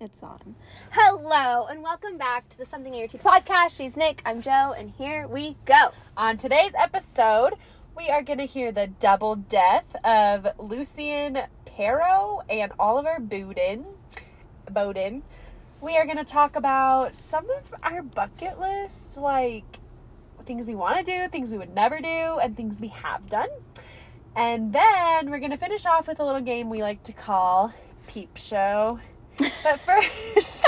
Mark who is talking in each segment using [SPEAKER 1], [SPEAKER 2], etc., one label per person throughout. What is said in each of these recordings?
[SPEAKER 1] It's on. Hello, and welcome back to the Something in Your Teeth podcast. She's Nick, I'm Joe, and here we go.
[SPEAKER 2] On today's episode, we are going to hear the double death of Lucien Perro and Oliver Bowden. Bowden. We are going to talk about some of our bucket list, like things we want to do, things we would never do, and things we have done. And then we're going to finish off with a little game we like to call Peep Show. But first,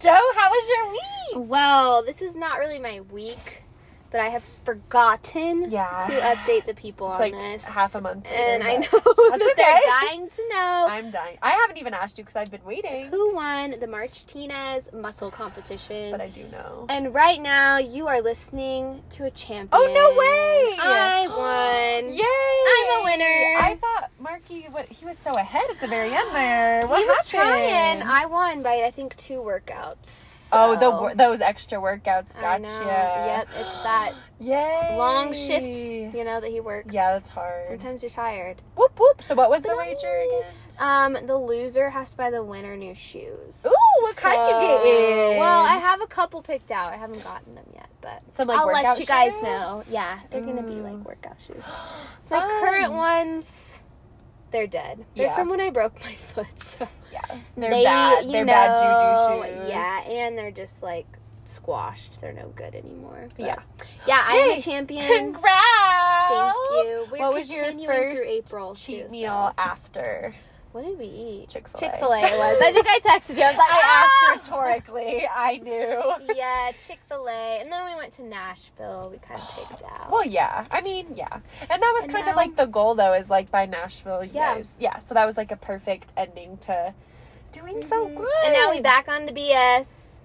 [SPEAKER 2] Joe, how was your week?
[SPEAKER 1] Well, this is not really my week, but I have forgotten
[SPEAKER 2] Yeah.
[SPEAKER 1] to update the people on
[SPEAKER 2] like
[SPEAKER 1] this.
[SPEAKER 2] half a month later,
[SPEAKER 1] and I know
[SPEAKER 2] but that's
[SPEAKER 1] that they're
[SPEAKER 2] okay.
[SPEAKER 1] dying to know
[SPEAKER 2] I'm dying. I haven't even asked you because I've been waiting.
[SPEAKER 1] who won the March Tina's muscle competition.
[SPEAKER 2] But I do know.
[SPEAKER 1] and right now, you are listening to a champion.
[SPEAKER 2] Oh no way!
[SPEAKER 1] I won.
[SPEAKER 2] Yay!
[SPEAKER 1] I'm a winner.
[SPEAKER 2] I thought Marky, what he was so ahead at the very end there. What
[SPEAKER 1] he was trying.
[SPEAKER 2] happened?
[SPEAKER 1] I won by I think two workouts. so-
[SPEAKER 2] Oh, the wor- those extra workouts.
[SPEAKER 1] I
[SPEAKER 2] Gotcha.
[SPEAKER 1] know. Yep, it's that
[SPEAKER 2] Yay!
[SPEAKER 1] long shift. You know that he works.
[SPEAKER 2] Yeah, that's hard.
[SPEAKER 1] Sometimes you're tired.
[SPEAKER 2] Whoop whoop. So what was the
[SPEAKER 1] But-
[SPEAKER 2] wager again?
[SPEAKER 1] Um, the loser has to buy the winner new shoes.
[SPEAKER 2] Ooh, what kind you getting?
[SPEAKER 1] Well, I have a couple picked out. I haven't gotten them yet, but
[SPEAKER 2] Some, like,
[SPEAKER 1] I'll let
[SPEAKER 2] workout
[SPEAKER 1] you guys
[SPEAKER 2] shoes?
[SPEAKER 1] know. Yeah, they're gonna be
[SPEAKER 2] Ooh.
[SPEAKER 1] like workout shoes. So my
[SPEAKER 2] Fun.
[SPEAKER 1] current ones, they're dead. They're
[SPEAKER 2] Yeah.
[SPEAKER 1] from when I broke my foot. So
[SPEAKER 2] Yeah, they're bad.
[SPEAKER 1] you
[SPEAKER 2] They're bad
[SPEAKER 1] know,
[SPEAKER 2] juju shoes.
[SPEAKER 1] Yeah, and they're just like squashed. They're no good anymore. But-
[SPEAKER 2] Yeah.
[SPEAKER 1] yeah, I'm
[SPEAKER 2] Hey,
[SPEAKER 1] a champion.
[SPEAKER 2] Congrats!
[SPEAKER 1] Thank you. We're
[SPEAKER 2] what was your
[SPEAKER 1] continuing through
[SPEAKER 2] first
[SPEAKER 1] April,
[SPEAKER 2] cheat
[SPEAKER 1] too, so-
[SPEAKER 2] meal after?
[SPEAKER 1] What did we eat?
[SPEAKER 2] Chick-fil-A.
[SPEAKER 1] Chick Fil A was. I think I texted you. I was like,
[SPEAKER 2] I asked
[SPEAKER 1] "Ah!"
[SPEAKER 2] rhetorically. I knew.
[SPEAKER 1] yeah, Chick Fil A, and then we went to Nashville. We kind of picked out.
[SPEAKER 2] Well, yeah. I mean, yeah. And that was
[SPEAKER 1] And
[SPEAKER 2] kind
[SPEAKER 1] now-
[SPEAKER 2] of like the goal, though, is like by Nashville, you
[SPEAKER 1] Yeah.
[SPEAKER 2] guys. Yeah. So that was like a perfect ending to doing so
[SPEAKER 1] Mhm.
[SPEAKER 2] good.
[SPEAKER 1] And now we back on to BS.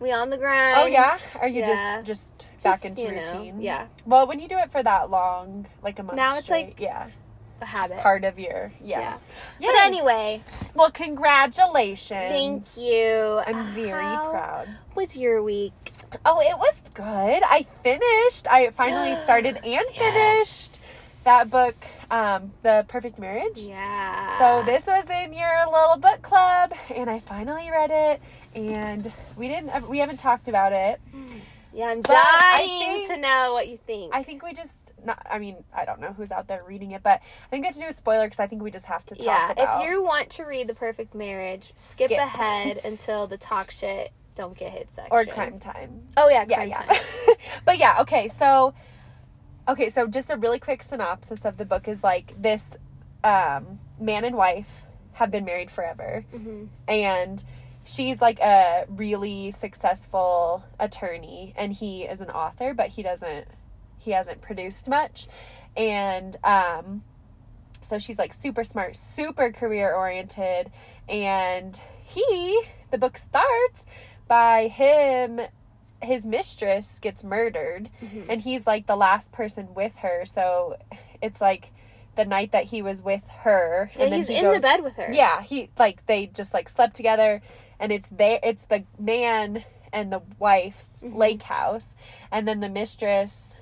[SPEAKER 1] We on the grind.
[SPEAKER 2] Oh yeah. Are you
[SPEAKER 1] Yeah.
[SPEAKER 2] just just back
[SPEAKER 1] Just,
[SPEAKER 2] into
[SPEAKER 1] you know,
[SPEAKER 2] routine?
[SPEAKER 1] yeah.
[SPEAKER 2] Well, when you do it for that long, like a month.
[SPEAKER 1] Now it's,
[SPEAKER 2] straight,
[SPEAKER 1] like,
[SPEAKER 2] yeah,
[SPEAKER 1] A
[SPEAKER 2] just
[SPEAKER 1] habit.
[SPEAKER 2] part of your yeah.
[SPEAKER 1] Yeah.
[SPEAKER 2] yeah.
[SPEAKER 1] But anyway,
[SPEAKER 2] well, congratulations.
[SPEAKER 1] thank you.
[SPEAKER 2] I'm very
[SPEAKER 1] How
[SPEAKER 2] proud.
[SPEAKER 1] Was your week?
[SPEAKER 2] Oh, it was good. I finished. I finally started and finished that book, um, The Perfect Marriage.
[SPEAKER 1] Yeah.
[SPEAKER 2] So this was in your little book club, and I finally read it. And we didn't. We haven't talked about it.
[SPEAKER 1] Yeah, I'm
[SPEAKER 2] But I
[SPEAKER 1] dying
[SPEAKER 2] think-
[SPEAKER 1] to know what you think.
[SPEAKER 2] I think we just. Not, I mean, I don't know who's out there reading it, but I think we have to do a spoiler because I think we just have to talk
[SPEAKER 1] yeah,
[SPEAKER 2] about.
[SPEAKER 1] if you want to read The Perfect Marriage, skip,
[SPEAKER 2] Skip.
[SPEAKER 1] ahead until the talk shit don't get hit section.
[SPEAKER 2] or crime time.
[SPEAKER 1] Oh yeah,
[SPEAKER 2] yeah,
[SPEAKER 1] crime
[SPEAKER 2] yeah.
[SPEAKER 1] time.
[SPEAKER 2] but yeah, okay, so okay, so just a really quick synopsis of the book is like this um, man and wife have been married forever, and she's like a really successful attorney, and he is an author, but he doesn't he hasn't produced much, and um, so she's like super smart, super career oriented, and he the book starts by him his mistress gets murdered
[SPEAKER 1] Mm-hmm.
[SPEAKER 2] and he's like the last person with her so it's like the night that he was with her
[SPEAKER 1] Yeah,
[SPEAKER 2] and then
[SPEAKER 1] he's
[SPEAKER 2] he
[SPEAKER 1] in the
[SPEAKER 2] goes-
[SPEAKER 1] bed with her.
[SPEAKER 2] yeah he like they just like slept together and it's there it's the man and the wife's
[SPEAKER 1] Mm-hmm.
[SPEAKER 2] lake house and then the mistress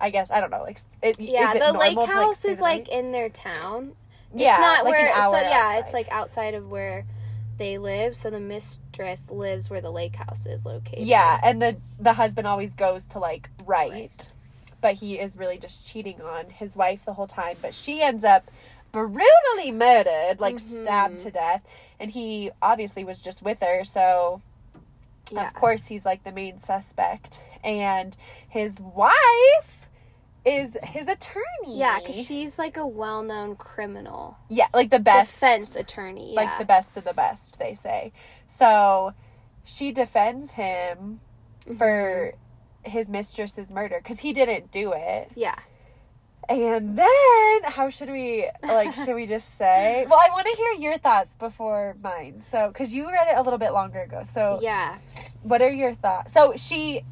[SPEAKER 2] i guess i don't know like it,
[SPEAKER 1] Yeah,
[SPEAKER 2] is it
[SPEAKER 1] the
[SPEAKER 2] normal
[SPEAKER 1] lake
[SPEAKER 2] to, like,
[SPEAKER 1] house
[SPEAKER 2] stay
[SPEAKER 1] is
[SPEAKER 2] the
[SPEAKER 1] like
[SPEAKER 2] night?
[SPEAKER 1] in their town.
[SPEAKER 2] yeah
[SPEAKER 1] it's not
[SPEAKER 2] like
[SPEAKER 1] where
[SPEAKER 2] an hour
[SPEAKER 1] so yeah,
[SPEAKER 2] outside.
[SPEAKER 1] it's like outside of where they live, so the mistress lives where the lake house is located.
[SPEAKER 2] Yeah, and the the husband always goes to like right,
[SPEAKER 1] Right.
[SPEAKER 2] but he is really just cheating on his wife the whole time. But she ends up brutally murdered, like stabbed
[SPEAKER 1] Mm-hmm.
[SPEAKER 2] to death, and he obviously was just with her, so
[SPEAKER 1] Yeah.
[SPEAKER 2] of course he's like the main suspect. And his wife is his attorney.
[SPEAKER 1] Yeah, because she's like a well known criminal
[SPEAKER 2] yeah, like the best
[SPEAKER 1] defense attorney. Yeah.
[SPEAKER 2] like the best of the best they say so she defends him
[SPEAKER 1] Mm-hmm.
[SPEAKER 2] for his mistress's murder because he didn't do it
[SPEAKER 1] yeah.
[SPEAKER 2] and then how should we like should we just say well i want to hear your thoughts before mine so because you read it a little bit longer ago so
[SPEAKER 1] Yeah.
[SPEAKER 2] what are your thoughts so she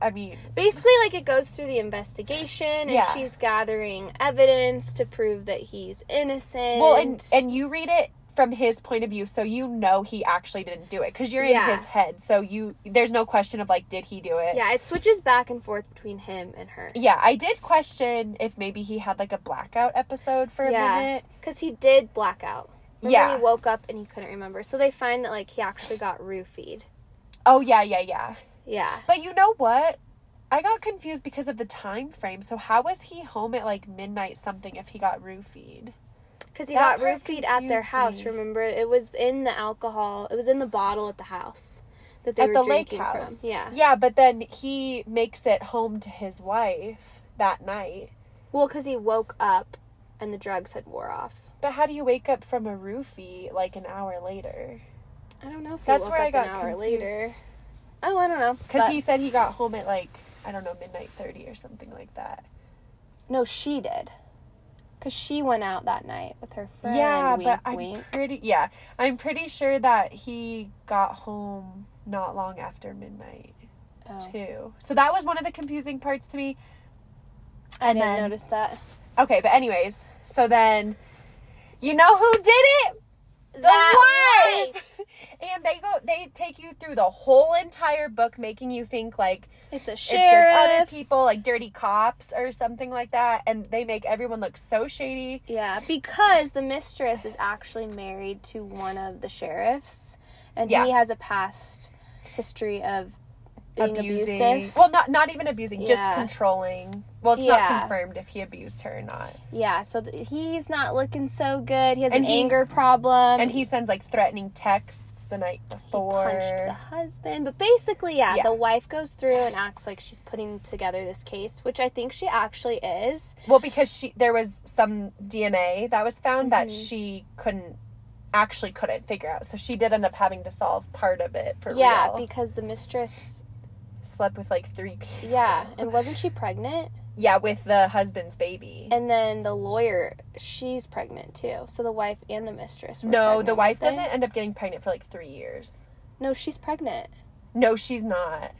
[SPEAKER 2] i mean
[SPEAKER 1] Basically like it goes through the investigation and
[SPEAKER 2] Yeah.
[SPEAKER 1] she's gathering evidence to prove that he's innocent.
[SPEAKER 2] well and and you read it from his point of view so you know he actually didn't do it because you're in
[SPEAKER 1] Yeah.
[SPEAKER 2] his head so you there's no question of like did he do it
[SPEAKER 1] yeah, it switches back and forth between him and her.
[SPEAKER 2] Yeah, I did question if maybe he had like a blackout episode for a
[SPEAKER 1] Yeah.
[SPEAKER 2] minute.
[SPEAKER 1] Because he did black out. Remember
[SPEAKER 2] Yeah.
[SPEAKER 1] He woke up and he couldn't remember. So they find that like he actually got roofied.
[SPEAKER 2] Oh yeah, yeah, yeah.
[SPEAKER 1] Yeah.
[SPEAKER 2] But you know what? I got confused because of the time frame. So how was he home at like midnight something if he got roofied?
[SPEAKER 1] Because he
[SPEAKER 2] That
[SPEAKER 1] got
[SPEAKER 2] part
[SPEAKER 1] roofied at their
[SPEAKER 2] confused
[SPEAKER 1] house.
[SPEAKER 2] me.
[SPEAKER 1] Remember, it was in the alcohol. It was in the bottle at the house that they
[SPEAKER 2] at
[SPEAKER 1] were
[SPEAKER 2] the lake
[SPEAKER 1] drinking
[SPEAKER 2] house.
[SPEAKER 1] from. Yeah.
[SPEAKER 2] Yeah, but then he makes it home to his wife that night.
[SPEAKER 1] Well, because he woke up and the drugs had wore off.
[SPEAKER 2] But how do you wake up from a roofie like an hour later?
[SPEAKER 1] I don't know if he
[SPEAKER 2] That's
[SPEAKER 1] woke
[SPEAKER 2] where
[SPEAKER 1] up
[SPEAKER 2] I got
[SPEAKER 1] an hour
[SPEAKER 2] confused.
[SPEAKER 1] later. Oh, I don't know.
[SPEAKER 2] Because
[SPEAKER 1] But-
[SPEAKER 2] he said he got home at like I don't know midnight thirty or something like that.
[SPEAKER 1] no, she did. Because she went out that night with her friend.
[SPEAKER 2] yeah,
[SPEAKER 1] wink,
[SPEAKER 2] but I'm
[SPEAKER 1] wink.
[SPEAKER 2] pretty yeah I'm pretty sure that he got home not long after midnight
[SPEAKER 1] Oh.
[SPEAKER 2] too. So that was one of the confusing parts to me.
[SPEAKER 1] I didn't
[SPEAKER 2] then-
[SPEAKER 1] notice that.
[SPEAKER 2] Okay, but anyways, so then you know who did it? the
[SPEAKER 1] That
[SPEAKER 2] wife. And they go they take you through the whole entire book making you think like
[SPEAKER 1] It's a
[SPEAKER 2] it's there's other
[SPEAKER 1] sheriff.
[SPEAKER 2] people like dirty cops or something like that and they make everyone look so shady.
[SPEAKER 1] yeah, because the mistress is actually married to one of the sheriffs, and
[SPEAKER 2] Yeah.
[SPEAKER 1] he has a past history of being abusive.
[SPEAKER 2] Well, not not even abusing, just
[SPEAKER 1] Yeah.
[SPEAKER 2] controlling. Well, it's
[SPEAKER 1] Yeah.
[SPEAKER 2] not confirmed if he abused her or not.
[SPEAKER 1] Yeah, so th- he's not looking so good. He has
[SPEAKER 2] And
[SPEAKER 1] an
[SPEAKER 2] he-
[SPEAKER 1] anger problem.
[SPEAKER 2] And he sends like threatening texts the night
[SPEAKER 1] Um, he punched the
[SPEAKER 2] before.
[SPEAKER 1] husband. But basically, yeah,
[SPEAKER 2] Yeah.
[SPEAKER 1] the wife goes through and acts like she's putting together this case, which I think she actually is.
[SPEAKER 2] Well, because she there was some DNA that was found that
[SPEAKER 1] Mm-hmm.
[SPEAKER 2] she couldn't actually couldn't figure out. So she did end up having to solve part of it for
[SPEAKER 1] yeah,
[SPEAKER 2] real.
[SPEAKER 1] because the mistress.
[SPEAKER 2] slept with like three people.
[SPEAKER 1] Yeah, and wasn't she pregnant?
[SPEAKER 2] Yeah, with the husband's baby.
[SPEAKER 1] And then the lawyer, she's pregnant too. So the wife and the mistress. Were
[SPEAKER 2] no,
[SPEAKER 1] pregnant,
[SPEAKER 2] the wife
[SPEAKER 1] weren't they?
[SPEAKER 2] doesn't end up getting pregnant for like three years.
[SPEAKER 1] No, she's pregnant.
[SPEAKER 2] No, she's not.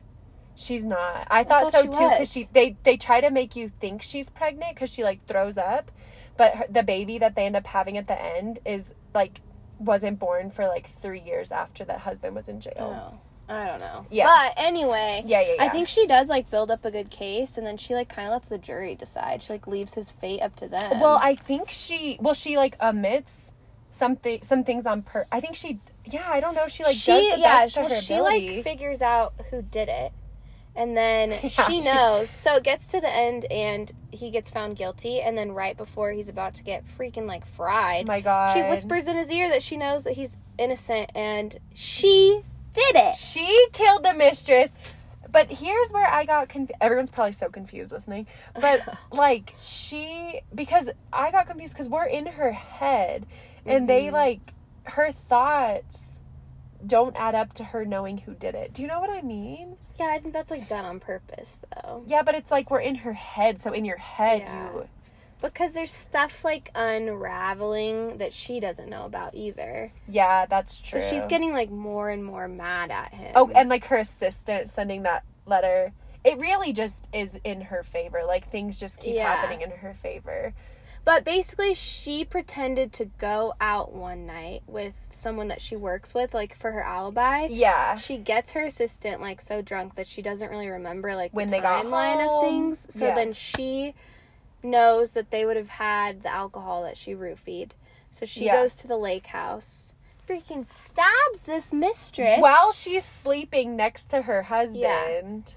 [SPEAKER 2] She's not. I thought,
[SPEAKER 1] thought
[SPEAKER 2] so
[SPEAKER 1] she
[SPEAKER 2] too because
[SPEAKER 1] was.
[SPEAKER 2] she they they try to make you think she's pregnant because she like throws up, but her, the baby that they end up having at the end is like wasn't born for like three years after the husband was in jail.
[SPEAKER 1] Oh, I don't know.
[SPEAKER 2] Yeah.
[SPEAKER 1] But anyway.
[SPEAKER 2] Yeah, yeah, yeah.
[SPEAKER 1] I think she does like build up a good case, and then she like kind of lets the jury decide. She like leaves his fate up to them.
[SPEAKER 2] Well, I think she. Well, she like omits something. Some things on per. I think she. Yeah, I don't know. She like
[SPEAKER 1] she
[SPEAKER 2] does the
[SPEAKER 1] yeah,
[SPEAKER 2] best to
[SPEAKER 1] well,
[SPEAKER 2] her
[SPEAKER 1] she
[SPEAKER 2] ability.
[SPEAKER 1] like figures out who did it, and then she
[SPEAKER 2] she-
[SPEAKER 1] knows. So it gets to the end, and he gets found guilty, and then right before he's about to get freaking like
[SPEAKER 2] oh
[SPEAKER 1] fried,
[SPEAKER 2] my god.
[SPEAKER 1] she whispers in his ear that she knows that he's innocent, and she did it.
[SPEAKER 2] She killed the mistress. But here's where I got confused. Everyone's probably so confused listening. But like she because I got confused cuz we're in her head and
[SPEAKER 1] Mm-hmm.
[SPEAKER 2] they like her thoughts don't add up to her knowing who did it. Do you know what I mean?
[SPEAKER 1] Yeah, I think that's like done on purpose though,
[SPEAKER 2] Yeah, but it's like we're in her head. So in your head
[SPEAKER 1] Yeah.
[SPEAKER 2] you
[SPEAKER 1] because there's stuff like unraveling that she doesn't know about either.
[SPEAKER 2] Yeah, that's true.
[SPEAKER 1] So she's getting like more and more mad at him.
[SPEAKER 2] Oh, and like her assistant sending that letter. It really just is in her favor. Like things just keep
[SPEAKER 1] Yeah.
[SPEAKER 2] happening in her favor.
[SPEAKER 1] But basically, she pretended to go out one night with someone that she works with, like for her alibi.
[SPEAKER 2] Yeah.
[SPEAKER 1] She gets her assistant like so drunk that she doesn't really remember like
[SPEAKER 2] When
[SPEAKER 1] the
[SPEAKER 2] they got
[SPEAKER 1] timeline
[SPEAKER 2] home.
[SPEAKER 1] of things. So
[SPEAKER 2] Yeah.
[SPEAKER 1] then she knows that they would have had the alcohol that she roofied. So she
[SPEAKER 2] Yeah.
[SPEAKER 1] goes to the lake house, freaking stabs this mistress
[SPEAKER 2] while she's sleeping next to her husband,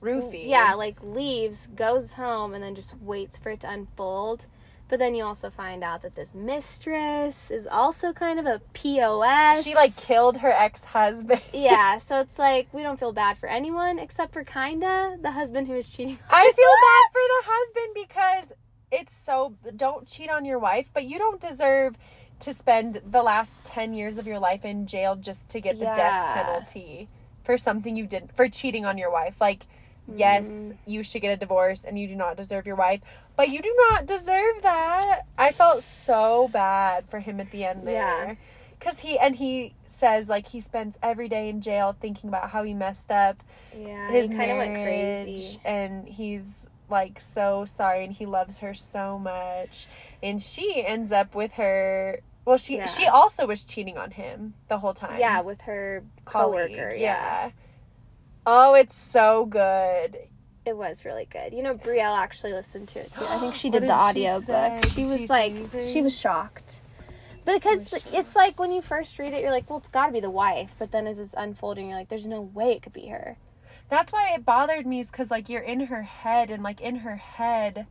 [SPEAKER 2] Rufy.
[SPEAKER 1] Yeah, like leaves, goes home, and then just waits for it to unfold. But then you also find out that this mistress is also kind of a POS.
[SPEAKER 2] she like killed her ex husband.
[SPEAKER 1] Yeah, so it's like we don't feel bad for anyone except for kinda the husband who is cheating. on
[SPEAKER 2] I
[SPEAKER 1] us.
[SPEAKER 2] feel bad for the husband because it's so don't cheat on your wife, but you don't deserve to spend the last ten years of your life in jail just to get the
[SPEAKER 1] Yeah.
[SPEAKER 2] death penalty for something you didn't for cheating on your wife. Like,
[SPEAKER 1] Mm-hmm.
[SPEAKER 2] yes, you should get a divorce, and you do not deserve your wife, but you do not deserve that. I felt so bad for him at the end
[SPEAKER 1] Yeah.
[SPEAKER 2] there. Cause he and he says like he spends every day in jail thinking about how he messed up
[SPEAKER 1] Yeah,
[SPEAKER 2] his
[SPEAKER 1] he kind of went
[SPEAKER 2] marriage,
[SPEAKER 1] crazy.
[SPEAKER 2] and he's like so sorry and he loves her so much and she ends up with her well she
[SPEAKER 1] Yeah.
[SPEAKER 2] she also was cheating on him the whole time
[SPEAKER 1] Yeah, with her
[SPEAKER 2] colleague
[SPEAKER 1] coworker. Yeah.
[SPEAKER 2] yeah. oh it's so good
[SPEAKER 1] it was really good. You know, Brielle actually listened to it too. I think she
[SPEAKER 2] What
[SPEAKER 1] did,
[SPEAKER 2] did
[SPEAKER 1] the
[SPEAKER 2] she
[SPEAKER 1] audio book.
[SPEAKER 2] say?
[SPEAKER 1] She was
[SPEAKER 2] She's
[SPEAKER 1] like,
[SPEAKER 2] leaving?
[SPEAKER 1] she was shocked. Because it's like when you first read it, you're like, well, it's got to be the wife. But then as it's unfolding, you're like, there's no way it could be her.
[SPEAKER 2] That's why it bothered me is because like you're in her head and like in her head.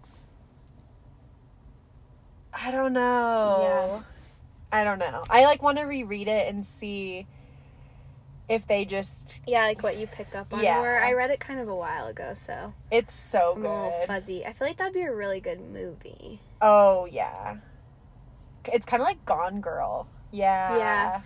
[SPEAKER 2] I don't know. I don't know. I like want to reread it and see if they just.
[SPEAKER 1] Yeah, like what you pick up on.
[SPEAKER 2] Yeah.
[SPEAKER 1] Where I read it kind of a while ago, so
[SPEAKER 2] It's so
[SPEAKER 1] I'm a little
[SPEAKER 2] good.
[SPEAKER 1] fuzzy. I feel like that'd be a really good movie.
[SPEAKER 2] Oh yeah. It's kind of like Gone Girl. Yeah.
[SPEAKER 1] Yeah.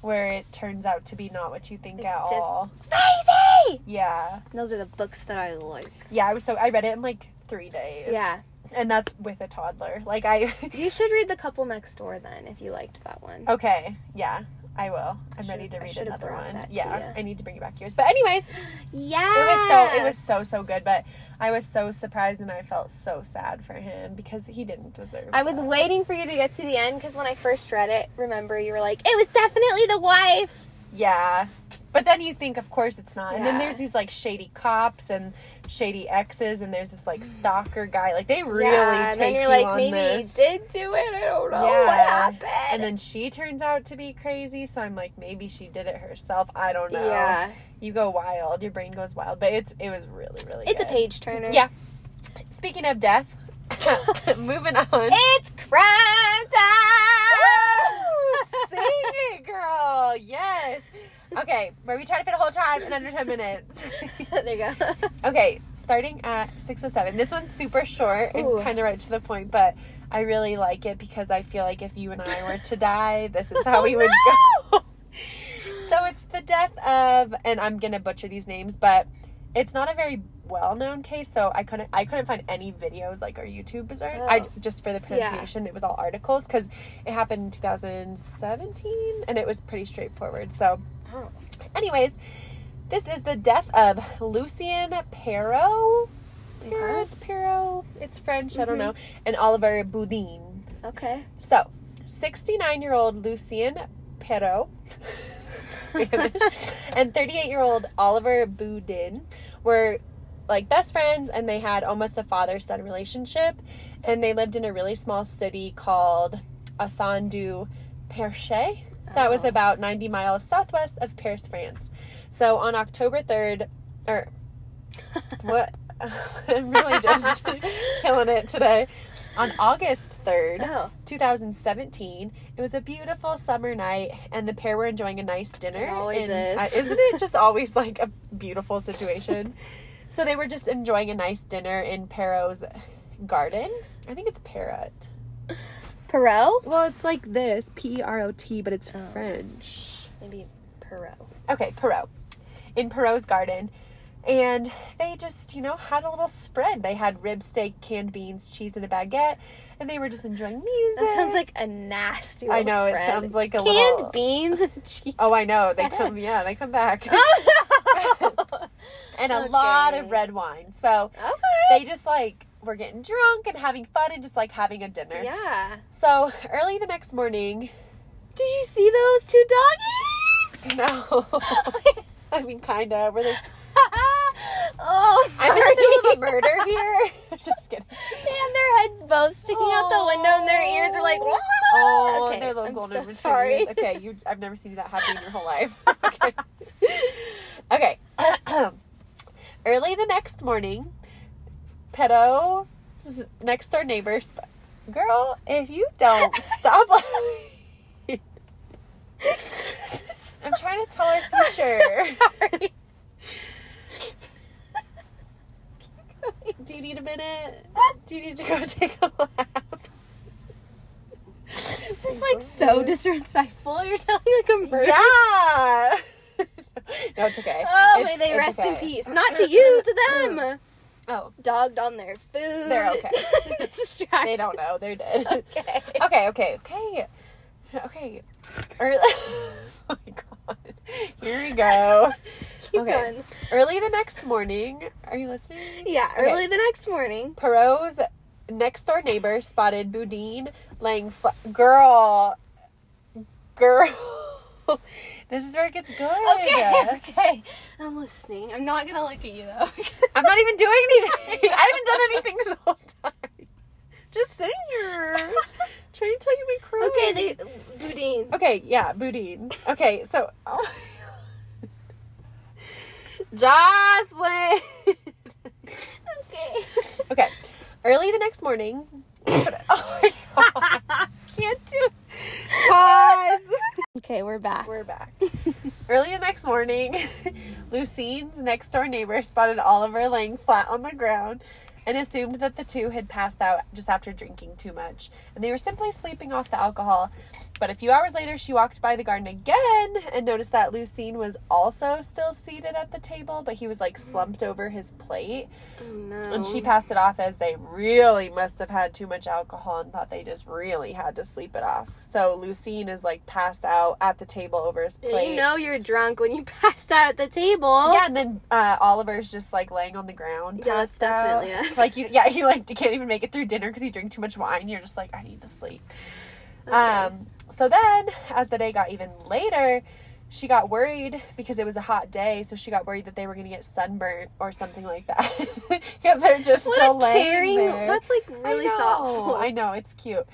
[SPEAKER 2] Where it turns out to be not what you think
[SPEAKER 1] It's
[SPEAKER 2] at
[SPEAKER 1] just-
[SPEAKER 2] all.
[SPEAKER 1] Crazy!
[SPEAKER 2] Yeah.
[SPEAKER 1] And those are the books that I like.
[SPEAKER 2] Yeah. I was so I read it in like three days.
[SPEAKER 1] Yeah.
[SPEAKER 2] And that's with a toddler. Like I.
[SPEAKER 1] You should read The Couple Next Door then if you liked that one.
[SPEAKER 2] Okay, yeah, I will. I'm ready
[SPEAKER 1] should've-
[SPEAKER 2] to
[SPEAKER 1] I
[SPEAKER 2] read
[SPEAKER 1] should've
[SPEAKER 2] another
[SPEAKER 1] brought
[SPEAKER 2] one.
[SPEAKER 1] that to
[SPEAKER 2] Yeah,
[SPEAKER 1] ya. Ah.
[SPEAKER 2] I need to bring it back yours. But anyways,
[SPEAKER 1] Yeah.
[SPEAKER 2] it was so it was so so good. But I was so surprised and I felt so sad for him because he didn't deserve.
[SPEAKER 1] I was
[SPEAKER 2] that.
[SPEAKER 1] waiting for you to get to the end because when I first read it, remember you were like, it was definitely the wife.
[SPEAKER 2] yeah. But then you think, of course, it's not. And then
[SPEAKER 1] Yeah.
[SPEAKER 2] there's these like shady cops and shady exes, and there's this like stalker guy. Like they really
[SPEAKER 1] yeah,
[SPEAKER 2] take
[SPEAKER 1] and then you're
[SPEAKER 2] you
[SPEAKER 1] like,
[SPEAKER 2] on
[SPEAKER 1] maybe
[SPEAKER 2] this.
[SPEAKER 1] he did do it. I don't know what
[SPEAKER 2] Yeah.
[SPEAKER 1] happened.
[SPEAKER 2] And then she turns out to be crazy, so I'm like, maybe she did it herself. I don't know.
[SPEAKER 1] yeah,
[SPEAKER 2] you go wild your brain goes wild but it's it was really really
[SPEAKER 1] it's a
[SPEAKER 2] good.
[SPEAKER 1] page turner.
[SPEAKER 2] yeah speaking of death moving on
[SPEAKER 1] it's crime time.
[SPEAKER 2] sing it girl yes okay where we try to fit a whole time in under 10 minutes
[SPEAKER 1] there you go.
[SPEAKER 2] okay starting at 607 this one's super short
[SPEAKER 1] Ooh.
[SPEAKER 2] and kind of right to the point but i really like it because i feel like if you and i were to die this is how we would go so it's the death of and i'm gonna butcher these names but it's not a very well-known case so i couldn't i couldn't find any videos like or youtubers or i
[SPEAKER 1] Oh.
[SPEAKER 2] just for the pronunciation it was all articles because it happened in 2017 and it was pretty straightforward so
[SPEAKER 1] Oh.
[SPEAKER 2] anyways this is the death of lucien perrault perrault perrault it's french i
[SPEAKER 1] Mm-hmm.
[SPEAKER 2] don't know and oliver boudin
[SPEAKER 1] Okay.
[SPEAKER 2] so, 69 year old Lucien Pero, Spanish, and 38 year old Oliver Boudin were like best friends and they had almost a father son relationship. And they lived in a really small city called Athendu Perche. That was
[SPEAKER 1] Oh.
[SPEAKER 2] about 90 miles southwest of Paris, France. So, on October 3rd, or what? I'm really just killing it today. On August 3rd,
[SPEAKER 1] Oh,
[SPEAKER 2] 2017. It was a beautiful summer night, and the pair were enjoying a nice dinner.
[SPEAKER 1] It always
[SPEAKER 2] in-
[SPEAKER 1] is.
[SPEAKER 2] uh, isn't it just always like a beautiful situation? so they were just enjoying a nice dinner in Perot's garden. I think it's Parrot.
[SPEAKER 1] Perot.
[SPEAKER 2] Well, it's like this P E R O T, but it's
[SPEAKER 1] Oh.
[SPEAKER 2] French.
[SPEAKER 1] Maybe Perot.
[SPEAKER 2] Okay, Perot. In Perot's garden. And they just, you know, had a little spread. They had rib steak, canned beans, cheese, and a baguette. And they were just enjoying music.
[SPEAKER 1] That sounds like a nasty.
[SPEAKER 2] I
[SPEAKER 1] little
[SPEAKER 2] know, it
[SPEAKER 1] spread.
[SPEAKER 2] sounds like a
[SPEAKER 1] canned
[SPEAKER 2] little-
[SPEAKER 1] beans and cheese.
[SPEAKER 2] Oh, I know. They come, yeah, they come back.
[SPEAKER 1] Oh, no.
[SPEAKER 2] and a lot
[SPEAKER 1] Okay.
[SPEAKER 2] of red wine. So
[SPEAKER 1] okay.
[SPEAKER 2] they just like were getting drunk and having fun and just like having a dinner.
[SPEAKER 1] yeah.
[SPEAKER 2] So early the next morning,
[SPEAKER 1] Did you see those two doggies?
[SPEAKER 2] no, I mean, kind of. We're like,
[SPEAKER 1] oh, sorry.
[SPEAKER 2] I'm in the middle of a murder here. just kidding.
[SPEAKER 1] They have their heads both sticking out the window, and their ears are like.
[SPEAKER 2] Oh,
[SPEAKER 1] okay,
[SPEAKER 2] they're little
[SPEAKER 1] I'm
[SPEAKER 2] golden
[SPEAKER 1] so
[SPEAKER 2] retrievers.
[SPEAKER 1] sorry.
[SPEAKER 2] Okay, you. I've never seen you that happy in your whole life. Okay. okay. Early the next morning, Pedo's next door neighbor. Sp- Girl, if you don't stop, I'm trying to tell our future.
[SPEAKER 1] sorry.
[SPEAKER 2] Do you need a minute? Do you need to go take a lap?
[SPEAKER 1] It's like so disrespectful. You're telling like a murder.
[SPEAKER 2] Yeah. no, it's okay.
[SPEAKER 1] Oh,
[SPEAKER 2] It's-
[SPEAKER 1] may they
[SPEAKER 2] it's
[SPEAKER 1] rest in
[SPEAKER 2] okay. Mm-hmm.
[SPEAKER 1] peace. Not to you, to them.
[SPEAKER 2] Oh,
[SPEAKER 1] Dogged on their food.
[SPEAKER 2] They're okay.
[SPEAKER 1] Distracted.
[SPEAKER 2] they don't know. They're dead.
[SPEAKER 1] Okay.
[SPEAKER 2] okay, okay, okay. Okay. Early- oh my god. Here we go.
[SPEAKER 1] Keep
[SPEAKER 2] Okay.
[SPEAKER 1] going.
[SPEAKER 2] Early the next morning. Are you listening?
[SPEAKER 1] Yeah,
[SPEAKER 2] Okay.
[SPEAKER 1] early the next morning.
[SPEAKER 2] Perot's next door neighbor spotted Boudin laying flat. Girl. Girl. this is where it gets good.
[SPEAKER 1] Okay, okay. I'm listening. I'm not gonna look at you though. because-
[SPEAKER 2] I'm not even doing anything. I haven't done anything this whole time. Just sitting here trying to tell you we cried.
[SPEAKER 1] Okay, they Boudin.
[SPEAKER 2] Okay, yeah, Boudin. Okay, so. Oh. Jocelyn!
[SPEAKER 1] Okay.
[SPEAKER 2] okay, early the next morning. oh my god.
[SPEAKER 1] Can't do.
[SPEAKER 2] Pause!
[SPEAKER 1] Okay, we're back.
[SPEAKER 2] We're back. early the next morning, Lucine's next door neighbor spotted Oliver laying flat on the ground and assumed that the two had passed out just after drinking too much and they were simply sleeping off the alcohol. But a few hours later, she walked by the garden again and noticed that Lucine was also still seated at the table, but he was like slumped over his plate.
[SPEAKER 1] oh, no.
[SPEAKER 2] And she passed it off as they really must have had too much alcohol and thought they just really had to sleep it off. So Lucine is like passed out at the table over his plate.
[SPEAKER 1] You know you're drunk when you passed out at the table.
[SPEAKER 2] Yeah, and then uh, Oliver's just like laying on the ground.
[SPEAKER 1] Yeah, that's
[SPEAKER 2] passed out.
[SPEAKER 1] definitely us.
[SPEAKER 2] Like you, yeah, he like can't even make it through dinner because you drink too much wine. You're just like, I need to sleep. Um. So then, as the day got even later, she got worried because it was a hot day. So she got worried that they were gonna get sunburnt or something like that because they're just
[SPEAKER 1] What
[SPEAKER 2] still
[SPEAKER 1] a caring.
[SPEAKER 2] laying there.
[SPEAKER 1] That's like
[SPEAKER 2] I
[SPEAKER 1] really
[SPEAKER 2] know,
[SPEAKER 1] thoughtful.
[SPEAKER 2] I know, it's cute.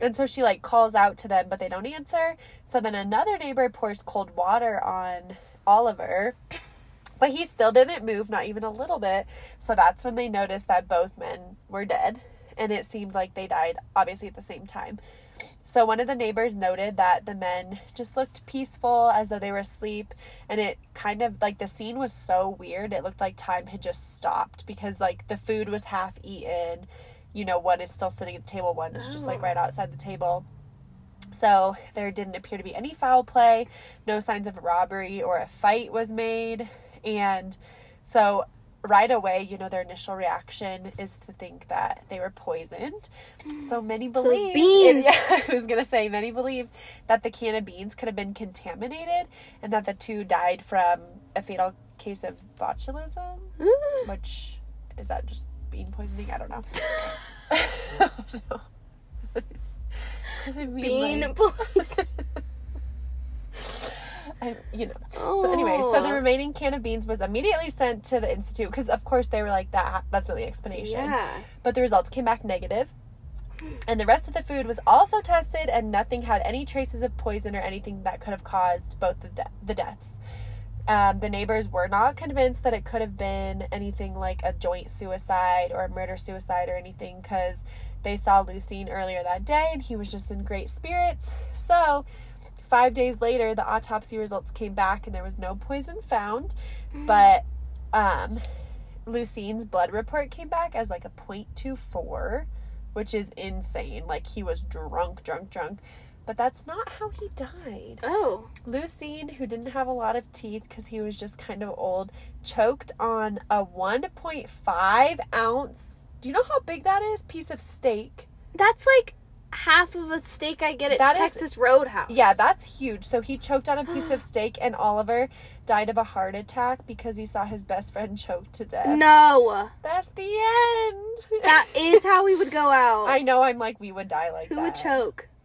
[SPEAKER 2] And so she like calls out to them, but they don't answer. So then another neighbor pours cold water on Oliver. But he still didn't move, not even a little bit. So that's when they noticed that both men were dead. And it seemed like they died, obviously, at the same time. So one of the neighbors noted that the men just looked peaceful as though they were asleep and it kind of like the scene was so weird. It looked like time had just stopped because like the food was half eaten. You know, one is still sitting at the table, one is just like
[SPEAKER 1] Oh.
[SPEAKER 2] right outside the table. So there didn't appear to be any foul play, no signs of a robbery or a fight was made and so right away, you know, their initial reaction is to think that they were poisoned. So many
[SPEAKER 1] So those
[SPEAKER 2] believe
[SPEAKER 1] beans.
[SPEAKER 2] Yeah, I was gonna say many believe that the can of beans could have been contaminated and that the two died from a fatal case of botulism,
[SPEAKER 1] Mm.
[SPEAKER 2] which is that just bean poisoning? I don't know. I don't know. I mean,
[SPEAKER 1] Bean
[SPEAKER 2] like-
[SPEAKER 1] boys.
[SPEAKER 2] I, you know. So anyway, so the remaining can of beans was immediately sent to the institute because, of course, they were like that. That's not the explanation.
[SPEAKER 1] Yeah.
[SPEAKER 2] But the results came back negative, and the rest of the food was also tested, and nothing had any traces of poison or anything that could have caused both the de- the deaths. Um, the neighbors were not convinced that it could have been anything like a joint suicide or a murder suicide or anything because they saw Lucine earlier that day and he was just in great spirits. So, five days later, the autopsy results came back and there was no poison found, but um, Lucine's blood report came back as like a 0.24, which is insane. Like, he was drunk, drunk, drunk. But that's not how he died.
[SPEAKER 1] Oh.
[SPEAKER 2] Lucine, who didn't have a lot of teeth because he was just kind of old, choked on a 1.5 ounce. Do you know how big that is? Piece of steak.
[SPEAKER 1] That's like half of a steak I get at
[SPEAKER 2] That is-
[SPEAKER 1] Texas Roadhouse.
[SPEAKER 2] Yeah, that's huge. So he choked on a piece of steak, and Oliver died of a heart attack because he saw his best friend choked to death.
[SPEAKER 1] No.
[SPEAKER 2] That's the end.
[SPEAKER 1] That is how we would go out.
[SPEAKER 2] I know. I'm like, we would die like
[SPEAKER 1] Who
[SPEAKER 2] that.
[SPEAKER 1] would choke?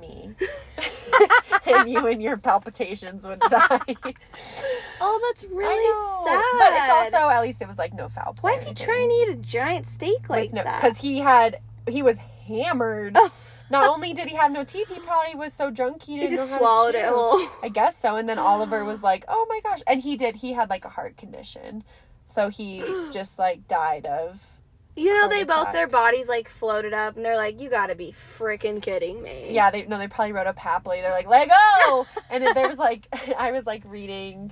[SPEAKER 2] Me. and you and your palpitations would die.
[SPEAKER 1] Oh, that's really
[SPEAKER 2] I
[SPEAKER 1] sad.
[SPEAKER 2] know. But it's also at least it was like no foul play.
[SPEAKER 1] Why is he trying to eat a giant steak like that?
[SPEAKER 2] Because he had he was hammered.
[SPEAKER 1] Oh.
[SPEAKER 2] Not only did he have no teeth, he probably was so drunk he
[SPEAKER 1] he
[SPEAKER 2] didn't.
[SPEAKER 1] just
[SPEAKER 2] know how
[SPEAKER 1] swallowed
[SPEAKER 2] to
[SPEAKER 1] it
[SPEAKER 2] chew.
[SPEAKER 1] whole.
[SPEAKER 2] I guess so. And then Oliver was like, "Oh my gosh!" And he did. He had like a heart condition, so he just like died of.
[SPEAKER 1] You know,
[SPEAKER 2] Heart
[SPEAKER 1] they both
[SPEAKER 2] attack.
[SPEAKER 1] their bodies like floated up, and they're like, "You gotta be freaking kidding me!"
[SPEAKER 2] Yeah, they no, they probably wrote a papley. They're like, "Let go!" and then there was like, I was like reading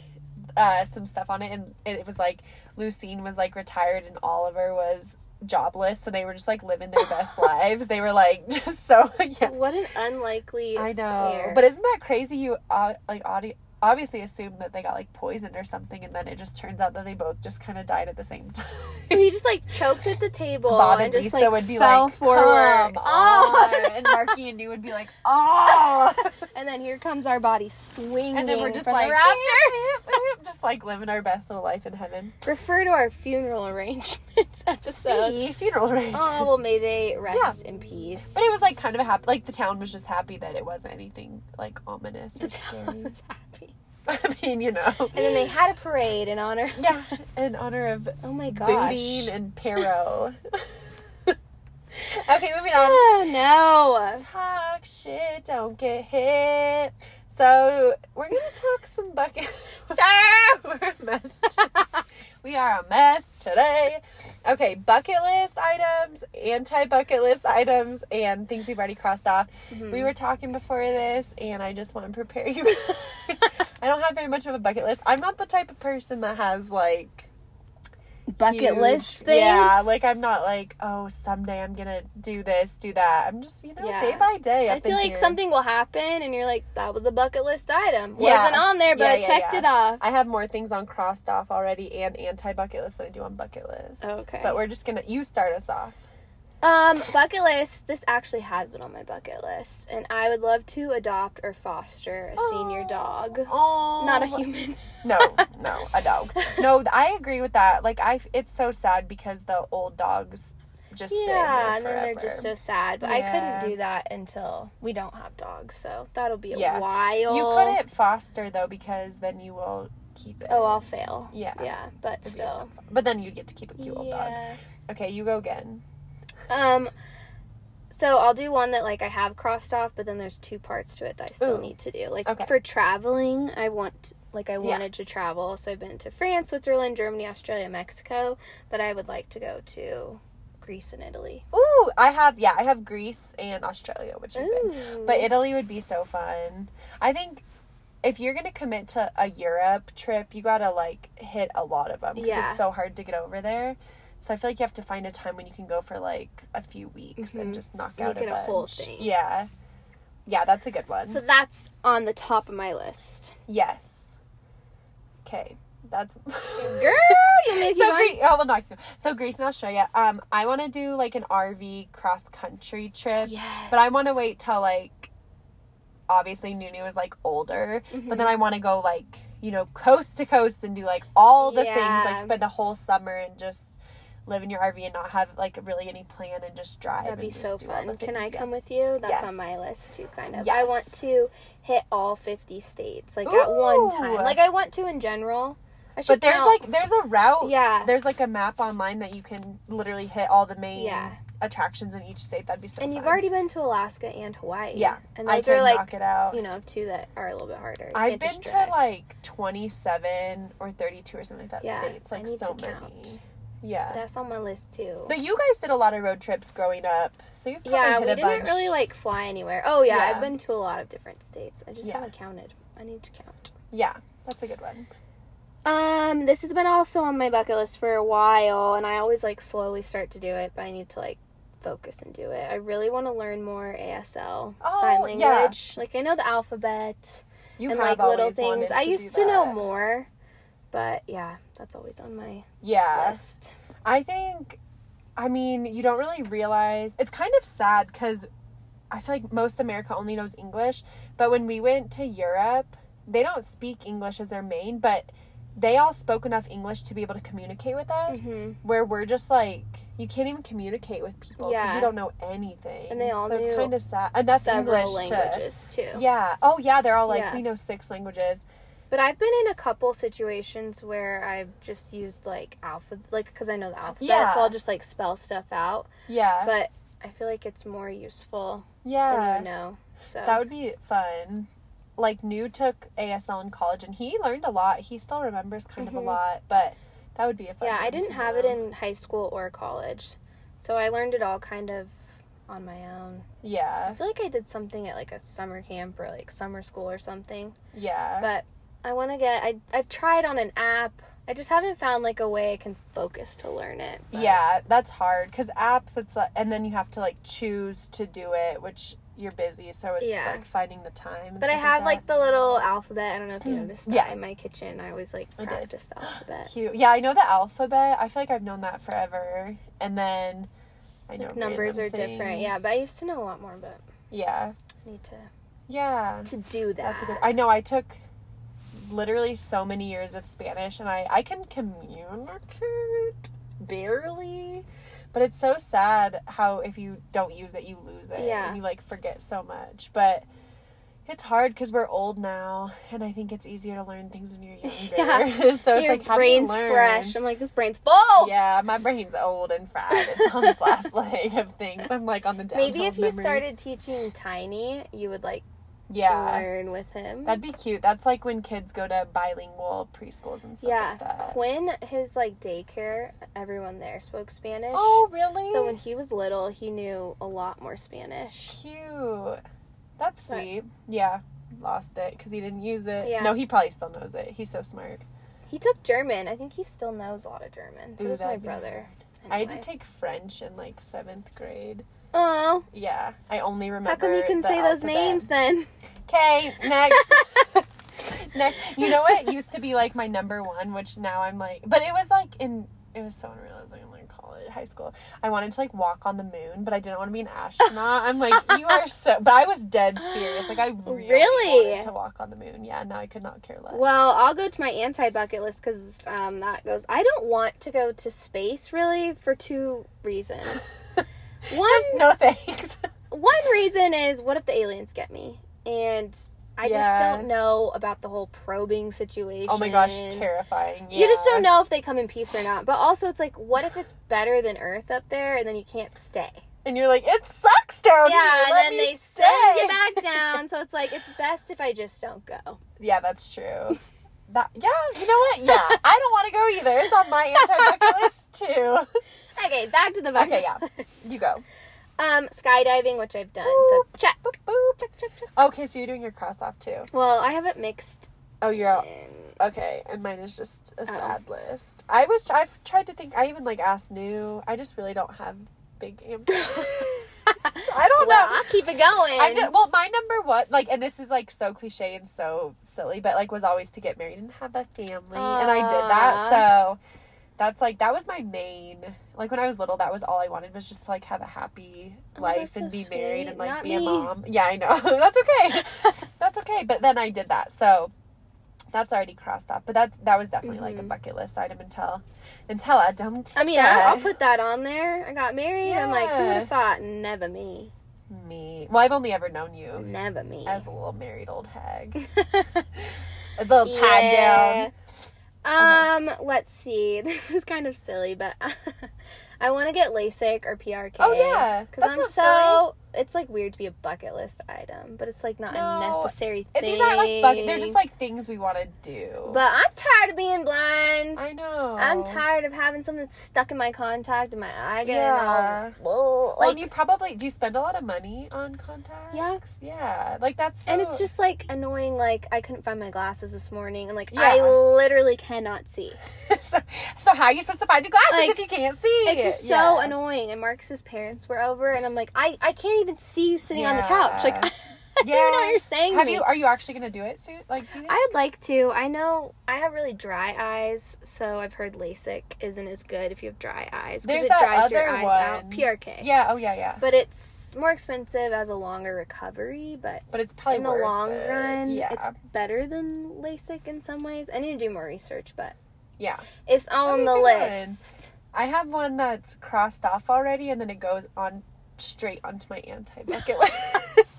[SPEAKER 2] uh, some stuff on it, and it was like Lucine was like retired, and Oliver was jobless, so they were just like living their best lives. They were like just so yeah.
[SPEAKER 1] What an unlikely.
[SPEAKER 2] I know,
[SPEAKER 1] pair.
[SPEAKER 2] Oh, but isn't that crazy? You uh, like audi- obviously assume that they got like poisoned or something, and then it just turns out that they both just kind of died at the same time.
[SPEAKER 1] But he just like choked at the table
[SPEAKER 2] Bob
[SPEAKER 1] and
[SPEAKER 2] and
[SPEAKER 1] just
[SPEAKER 2] Lisa
[SPEAKER 1] like
[SPEAKER 2] would be
[SPEAKER 1] fell
[SPEAKER 2] like,
[SPEAKER 1] forward.
[SPEAKER 2] "Come
[SPEAKER 1] oh,
[SPEAKER 2] on," and Marky and you would be like, "Oh,"
[SPEAKER 1] and then here comes our body swinging.
[SPEAKER 2] and then we're just
[SPEAKER 1] from
[SPEAKER 2] like,
[SPEAKER 1] the Raptors.
[SPEAKER 2] just like living our best little life in heaven.
[SPEAKER 1] Refer to our funeral arrangements episode.
[SPEAKER 2] See, funeral arrangement.
[SPEAKER 1] Oh well, may they rest in peace.
[SPEAKER 2] But it was like kind of a happy, like the town was just happy that it wasn't anything like ominous or
[SPEAKER 1] the
[SPEAKER 2] scary.
[SPEAKER 1] town was happy.
[SPEAKER 2] I mean, you know.
[SPEAKER 1] And then they had a parade in honor.
[SPEAKER 2] Yeah, in honor of
[SPEAKER 1] Oh my gosh.
[SPEAKER 2] Boudin and Perot. Okay, moving on.
[SPEAKER 1] Oh, no.
[SPEAKER 2] Talk shit, don't get hit. So we're gonna talk some bucket.
[SPEAKER 1] Sir!
[SPEAKER 2] we're a mess. we are a mess today. Okay, bucket list items, anti bucket list items, and things we've already crossed off. We were talking before this, and I just want to prepare you. I don't have very much of a bucket list. I'm not the type of person that has like
[SPEAKER 1] Bucket
[SPEAKER 2] huge-
[SPEAKER 1] list things.
[SPEAKER 2] Yeah, like I'm not like, oh, someday I'm gonna do this, do that. I'm just, you know,
[SPEAKER 1] Yeah.
[SPEAKER 2] day by day.
[SPEAKER 1] I
[SPEAKER 2] up
[SPEAKER 1] feel
[SPEAKER 2] in
[SPEAKER 1] like
[SPEAKER 2] here.
[SPEAKER 1] something will happen, and you're like, that was a bucket list item.
[SPEAKER 2] Yeah.
[SPEAKER 1] Wasn't on there, but
[SPEAKER 2] Yeah,
[SPEAKER 1] I
[SPEAKER 2] yeah,
[SPEAKER 1] checked
[SPEAKER 2] yeah.
[SPEAKER 1] it off.
[SPEAKER 2] I have more things on crossed off already and anti bucket list than I do on bucket list.
[SPEAKER 1] Okay.
[SPEAKER 2] But we're just gonna you start us off.
[SPEAKER 1] Um, bucket list. This actually has been on my bucket list, and I would love to adopt or foster a senior dog,
[SPEAKER 2] Oh
[SPEAKER 1] not a human.
[SPEAKER 2] no, no, a dog. No, th- I agree with that. Like I it's so sad because the old dogs just sit in there
[SPEAKER 1] yeah, and then they're
[SPEAKER 2] forever.
[SPEAKER 1] just so sad. But I
[SPEAKER 2] Yeah.
[SPEAKER 1] couldn't do that until we don't have dogs, so that'll be a
[SPEAKER 2] Yeah.
[SPEAKER 1] while.
[SPEAKER 2] you couldn't foster though because then you will keep it.
[SPEAKER 1] Oh, I'll fail.
[SPEAKER 2] Yeah.
[SPEAKER 1] yeah, but
[SPEAKER 2] If you have
[SPEAKER 1] still,
[SPEAKER 2] fun. But then you'd get to keep a cute old dog.
[SPEAKER 1] yeah.
[SPEAKER 2] Okay, you go again.
[SPEAKER 1] Um, so I'll do one that like I have crossed off, but then there's two parts to it that I still
[SPEAKER 2] Ooh.
[SPEAKER 1] need to do. Like
[SPEAKER 2] Okay.
[SPEAKER 1] for traveling, I want like I wanted to travel, so I've been to France, Switzerland, Germany, Australia, Mexico, but I would like to go to Greece and Italy.
[SPEAKER 2] Ooh, I have yeah, I have Greece and Australia, which you've been.
[SPEAKER 1] Ooh.
[SPEAKER 2] But Italy would be so fun. I think if you're gonna commit to a Europe trip, you gotta like hit a lot of them because
[SPEAKER 1] Yeah.
[SPEAKER 2] it's so hard to get over there. So I feel like you have to find a time when you can go for like a few weeks and just knock out
[SPEAKER 1] Mm-hmm. Make
[SPEAKER 2] a,
[SPEAKER 1] it a whole
[SPEAKER 2] bunch.
[SPEAKER 1] thing.
[SPEAKER 2] Yeah, yeah, that's a good one.
[SPEAKER 1] so that's on the top of my list.
[SPEAKER 2] yes. Okay, that's
[SPEAKER 1] Girl, you made
[SPEAKER 2] so
[SPEAKER 1] so
[SPEAKER 2] Greece. Oh, well, not so Greece and Australia. Um, I want to do like an RV cross country trip.
[SPEAKER 1] Yes.
[SPEAKER 2] But I want to wait till like, obviously Nunu is like older,
[SPEAKER 1] Mm-hmm.
[SPEAKER 2] but then I want to go like you know coast to coast and do like all the things
[SPEAKER 1] Yeah.
[SPEAKER 2] like spend a whole summer and just live in your RV and not have like really any plan and just drive.
[SPEAKER 1] That'd be
[SPEAKER 2] and just
[SPEAKER 1] so
[SPEAKER 2] do all the
[SPEAKER 1] fun. Can
[SPEAKER 2] things.
[SPEAKER 1] I
[SPEAKER 2] Yeah.
[SPEAKER 1] come with you? That's on
[SPEAKER 2] Yes.
[SPEAKER 1] my list too, kind of. I
[SPEAKER 2] Yes.
[SPEAKER 1] want to hit all 50 states, like at one time.
[SPEAKER 2] Ooh.
[SPEAKER 1] Like I want to in general. I should
[SPEAKER 2] But there's
[SPEAKER 1] count.
[SPEAKER 2] like there's a route.
[SPEAKER 1] Yeah.
[SPEAKER 2] There's like a map online that you can literally hit all the main
[SPEAKER 1] Yeah.
[SPEAKER 2] attractions in each state. That'd be so.
[SPEAKER 1] and you've
[SPEAKER 2] fun.
[SPEAKER 1] already been to Alaska and Hawaii.
[SPEAKER 2] yeah.
[SPEAKER 1] and
[SPEAKER 2] I
[SPEAKER 1] those
[SPEAKER 2] could
[SPEAKER 1] are like
[SPEAKER 2] knock it out.
[SPEAKER 1] you know two that are a little bit harder. You
[SPEAKER 2] I've
[SPEAKER 1] can't
[SPEAKER 2] been
[SPEAKER 1] just
[SPEAKER 2] to
[SPEAKER 1] drive.
[SPEAKER 2] like 27 or 32 or something like that
[SPEAKER 1] Yeah,
[SPEAKER 2] states.
[SPEAKER 1] I
[SPEAKER 2] Like
[SPEAKER 1] need
[SPEAKER 2] so
[SPEAKER 1] to
[SPEAKER 2] many.
[SPEAKER 1] count.
[SPEAKER 2] Yeah.
[SPEAKER 1] that's on my list too.
[SPEAKER 2] but you guys did a lot of road trips growing up. So you've probably
[SPEAKER 1] yeah,
[SPEAKER 2] hit
[SPEAKER 1] we
[SPEAKER 2] a
[SPEAKER 1] didn't
[SPEAKER 2] bunch.
[SPEAKER 1] really like fly anywhere. Oh yeah,
[SPEAKER 2] Yeah.
[SPEAKER 1] I've been to a lot of different states. I just
[SPEAKER 2] Yeah.
[SPEAKER 1] haven't counted. I need to count.
[SPEAKER 2] yeah, that's a good one.
[SPEAKER 1] Um, this has been also on my bucket list for a while, and I always like slowly start to do it, but I need to like focus and do it. I really want to learn more ASL sign
[SPEAKER 2] Oh,
[SPEAKER 1] language.
[SPEAKER 2] yeah.
[SPEAKER 1] Like I know the alphabet
[SPEAKER 2] You
[SPEAKER 1] and
[SPEAKER 2] have
[SPEAKER 1] like little
[SPEAKER 2] always wanted
[SPEAKER 1] things. I
[SPEAKER 2] do
[SPEAKER 1] used to know
[SPEAKER 2] that.
[SPEAKER 1] more, but yeah, that's always on my
[SPEAKER 2] Yeah.
[SPEAKER 1] list.
[SPEAKER 2] I think I mean, you don't really realize. It's kind of sad cuz I feel like most America only knows English, but when we went to Europe, they don't speak English as their main, but they all spoke enough English to be able to communicate with us.
[SPEAKER 1] Mhm.
[SPEAKER 2] where we're just like you can't even communicate with people because
[SPEAKER 1] Yeah.
[SPEAKER 2] you don't know anything.
[SPEAKER 1] And they all
[SPEAKER 2] so
[SPEAKER 1] knew
[SPEAKER 2] it's kind of sad. Enough
[SPEAKER 1] Several
[SPEAKER 2] English
[SPEAKER 1] languages
[SPEAKER 2] to
[SPEAKER 1] too.
[SPEAKER 2] yeah. Oh yeah, they're all like
[SPEAKER 1] Yeah.
[SPEAKER 2] we know six languages.
[SPEAKER 1] But I've been in a couple situations where I've just used like alphabet, like because I know the alphabet,
[SPEAKER 2] Yeah.
[SPEAKER 1] so I'll just like spell stuff out.
[SPEAKER 2] Yeah,
[SPEAKER 1] But I feel like it's more useful than
[SPEAKER 2] yeah,
[SPEAKER 1] you know. So
[SPEAKER 2] that would be fun. Like New took ASL in college and he learned a lot. He still remembers kind of
[SPEAKER 1] Mhm.
[SPEAKER 2] a lot, but that would be a fun.
[SPEAKER 1] yeah, I
[SPEAKER 2] thing
[SPEAKER 1] didn't
[SPEAKER 2] to
[SPEAKER 1] have it
[SPEAKER 2] know.
[SPEAKER 1] in high school or college, so I learned it all kind of on my own. I
[SPEAKER 2] Yeah,
[SPEAKER 1] feel like I did something at like a summer camp or like summer school or something.
[SPEAKER 2] yeah,
[SPEAKER 1] But I want to get. I I've tried on an app. I just haven't found like a way I can focus to learn it. but-
[SPEAKER 2] yeah. That's hard because apps. It's like, and then you have to like choose to do it, which you're busy, so it's
[SPEAKER 1] Yeah.
[SPEAKER 2] like finding the time. and
[SPEAKER 1] But I
[SPEAKER 2] stuff
[SPEAKER 1] have
[SPEAKER 2] that. Mm,
[SPEAKER 1] like the little alphabet. I don't know if you noticed that
[SPEAKER 2] Yeah.
[SPEAKER 1] in my kitchen. I always like
[SPEAKER 2] I did.
[SPEAKER 1] practice the alphabet.
[SPEAKER 2] Cute. Yeah, I know the alphabet. I feel like I've known that forever. And then I know
[SPEAKER 1] Like numbers are
[SPEAKER 2] random
[SPEAKER 1] different. Yeah,
[SPEAKER 2] things.
[SPEAKER 1] but I used to know a lot more, but
[SPEAKER 2] yeah,
[SPEAKER 1] I need to
[SPEAKER 2] yeah.
[SPEAKER 1] to do that.
[SPEAKER 2] That's a good. I know. I took literally so many years of Spanish, and I I can communicate barely. But it's so sad how if you don't use it, you lose it.
[SPEAKER 1] Yeah.
[SPEAKER 2] and you like forget so much. But It's hard because we're old now, and I think it's easier to learn things when you're younger.
[SPEAKER 1] Yeah.
[SPEAKER 2] so it's
[SPEAKER 1] Your
[SPEAKER 2] like, how do you
[SPEAKER 1] brain's
[SPEAKER 2] learn?
[SPEAKER 1] fresh. Oh. I'm like, this brain's full.
[SPEAKER 2] Yeah, my brain's old and fried. It's on its last leg of things. I'm like on the downhill
[SPEAKER 1] Maybe if you
[SPEAKER 2] memory.
[SPEAKER 1] started teaching Tiny, you would like
[SPEAKER 2] yeah,
[SPEAKER 1] learn with him.
[SPEAKER 2] that'd be cute. That's like when kids go to bilingual preschools and stuff
[SPEAKER 1] yeah.
[SPEAKER 2] like that.
[SPEAKER 1] Quinn, his like daycare, everyone there spoke Spanish.
[SPEAKER 2] Oh, really?
[SPEAKER 1] So when he was little, he knew a lot more Spanish.
[SPEAKER 2] cute. That's
[SPEAKER 1] But-
[SPEAKER 2] sweet. Yeah, lost it because he didn't use it.
[SPEAKER 1] Yeah.
[SPEAKER 2] No, he probably still knows it. He's so smart.
[SPEAKER 1] He took German. I think he still knows a lot of German. So
[SPEAKER 2] Ooh,
[SPEAKER 1] does my
[SPEAKER 2] that'd be
[SPEAKER 1] brother.
[SPEAKER 2] I had to take French in like seventh grade.
[SPEAKER 1] Oh,
[SPEAKER 2] Yeah, I only remember.
[SPEAKER 1] how come you can
[SPEAKER 2] the
[SPEAKER 1] say those
[SPEAKER 2] alphabet.
[SPEAKER 1] names then?
[SPEAKER 2] Okay, next. next. You know what used to be like my number one, which now I'm like, but it was like in, it was so unreal. I was like in like college, high school. I wanted to like walk on the moon, but I didn't want to be an astronaut. I'm like, you are so, but I was dead serious. Like I really,
[SPEAKER 1] Really?
[SPEAKER 2] wanted to walk on the moon. Yeah, now I could not care less.
[SPEAKER 1] Well, I'll go to my anti bucket list because um, that goes. I don't want to go to space really for two reasons. One,
[SPEAKER 2] just no thanks.
[SPEAKER 1] one reason is what if the aliens get me? And I just
[SPEAKER 2] Yeah.
[SPEAKER 1] don't know about the whole probing situation.
[SPEAKER 2] oh my gosh, terrifying.
[SPEAKER 1] You just
[SPEAKER 2] Yeah.
[SPEAKER 1] don't know if they come in peace or not. But also, it's like, what if it's better than Earth up there, and then you can't stay?
[SPEAKER 2] And you're like, it sucks down here.
[SPEAKER 1] yeah, and
[SPEAKER 2] Let
[SPEAKER 1] then
[SPEAKER 2] me
[SPEAKER 1] they
[SPEAKER 2] stay.
[SPEAKER 1] send you back down. So it's like, it's best if I just don't go.
[SPEAKER 2] Yeah, that's true. That yeah, you know what? Yeah, I don't want to go either. It's on my anti bucket list too.
[SPEAKER 1] Okay, back to the bucket.
[SPEAKER 2] Okay, yeah,
[SPEAKER 1] list.
[SPEAKER 2] you go.
[SPEAKER 1] Um, skydiving, which I've done. So check.
[SPEAKER 2] Boop, boop.
[SPEAKER 1] Check, check, check.
[SPEAKER 2] Okay, so you're doing your cross off too.
[SPEAKER 1] Well, I have it mixed.
[SPEAKER 2] Oh, you're out.
[SPEAKER 1] in-
[SPEAKER 2] okay, and mine is just
[SPEAKER 1] Oh.
[SPEAKER 2] a sad list. I was I've tried to think. I even like asked new. I just really don't have big ambitions. I don't
[SPEAKER 1] well,
[SPEAKER 2] know.
[SPEAKER 1] I'll keep it going.
[SPEAKER 2] I did, well, my number one, like, and this is like so cliche and so silly, but like, was always to get married and have a family, and I did
[SPEAKER 1] Aw.
[SPEAKER 2] that. So that's like that was my main. Like when I was little, that was all I wanted was just to like have a happy
[SPEAKER 1] Oh,
[SPEAKER 2] life
[SPEAKER 1] that's so
[SPEAKER 2] and be married
[SPEAKER 1] sweet.
[SPEAKER 2] and like
[SPEAKER 1] Not
[SPEAKER 2] be a
[SPEAKER 1] me.
[SPEAKER 2] mom. Yeah, I know. that's okay. that's okay. But then I did that, so that's already crossed off. But that that was definitely like a bucket list item until until I don't.
[SPEAKER 1] Mm-hmm. I mean, I, I'll put that on there. I got married. I'm like, who would
[SPEAKER 2] Yeah.
[SPEAKER 1] have thought? Never me.
[SPEAKER 2] me. Well, I've only ever known you
[SPEAKER 1] Never me.
[SPEAKER 2] as a little married old hag. a little tied
[SPEAKER 1] Yeah.
[SPEAKER 2] down.
[SPEAKER 1] Um, let's see. This is kind of silly, but I want to get LASIK or PRK.
[SPEAKER 2] Oh, yeah.
[SPEAKER 1] because
[SPEAKER 2] That's
[SPEAKER 1] I'm
[SPEAKER 2] not
[SPEAKER 1] so. It's like weird to be a bucket list item, but it's like not a
[SPEAKER 2] No.
[SPEAKER 1] necessary
[SPEAKER 2] And
[SPEAKER 1] thing.
[SPEAKER 2] these aren't like bucket. They're just like things we want to do.
[SPEAKER 1] But I'm tired of being blind.
[SPEAKER 2] I know.
[SPEAKER 1] I'm tired of having something stuck in my contact and my eye getting
[SPEAKER 2] Yeah.
[SPEAKER 1] all well,
[SPEAKER 2] Well,
[SPEAKER 1] like,
[SPEAKER 2] and you probably do you spend a lot of money on contacts?
[SPEAKER 1] Yeah.
[SPEAKER 2] Yeah. Like that's so,
[SPEAKER 1] and it's just like annoying. Like I couldn't find my glasses this morning, and like I
[SPEAKER 2] Yeah.
[SPEAKER 1] literally cannot see.
[SPEAKER 2] so, so how are you supposed to find your glasses
[SPEAKER 1] Like,
[SPEAKER 2] if you can't see?
[SPEAKER 1] It's just so
[SPEAKER 2] Yeah.
[SPEAKER 1] annoying. And Marcus's parents were over, and I'm like, I, I can't even see you sitting on the
[SPEAKER 2] Yeah.
[SPEAKER 1] couch. Like, I don't even know what
[SPEAKER 2] Yeah.
[SPEAKER 1] you're saying. to
[SPEAKER 2] Have
[SPEAKER 1] me.
[SPEAKER 2] you are you actually gonna do it soon? Like do you think?
[SPEAKER 1] I would like to. I know I have really dry eyes, so I've heard LASIK isn't as good if you have dry eyes because
[SPEAKER 2] There's
[SPEAKER 1] it
[SPEAKER 2] that
[SPEAKER 1] dries your
[SPEAKER 2] other
[SPEAKER 1] eyes out.
[SPEAKER 2] one.
[SPEAKER 1] PRK.
[SPEAKER 2] Yeah, oh yeah, yeah. But,
[SPEAKER 1] But it's more expensive as a longer recovery, but
[SPEAKER 2] it's probably
[SPEAKER 1] in the
[SPEAKER 2] worth
[SPEAKER 1] long
[SPEAKER 2] it.
[SPEAKER 1] run,
[SPEAKER 2] Yeah.
[SPEAKER 1] it's better than LASIK in some ways. I need to do more research, but
[SPEAKER 2] yeah.
[SPEAKER 1] it's on
[SPEAKER 2] be
[SPEAKER 1] the
[SPEAKER 2] good.
[SPEAKER 1] list.
[SPEAKER 2] I have one that's crossed off already, and then it goes on straight onto my anti bucket list.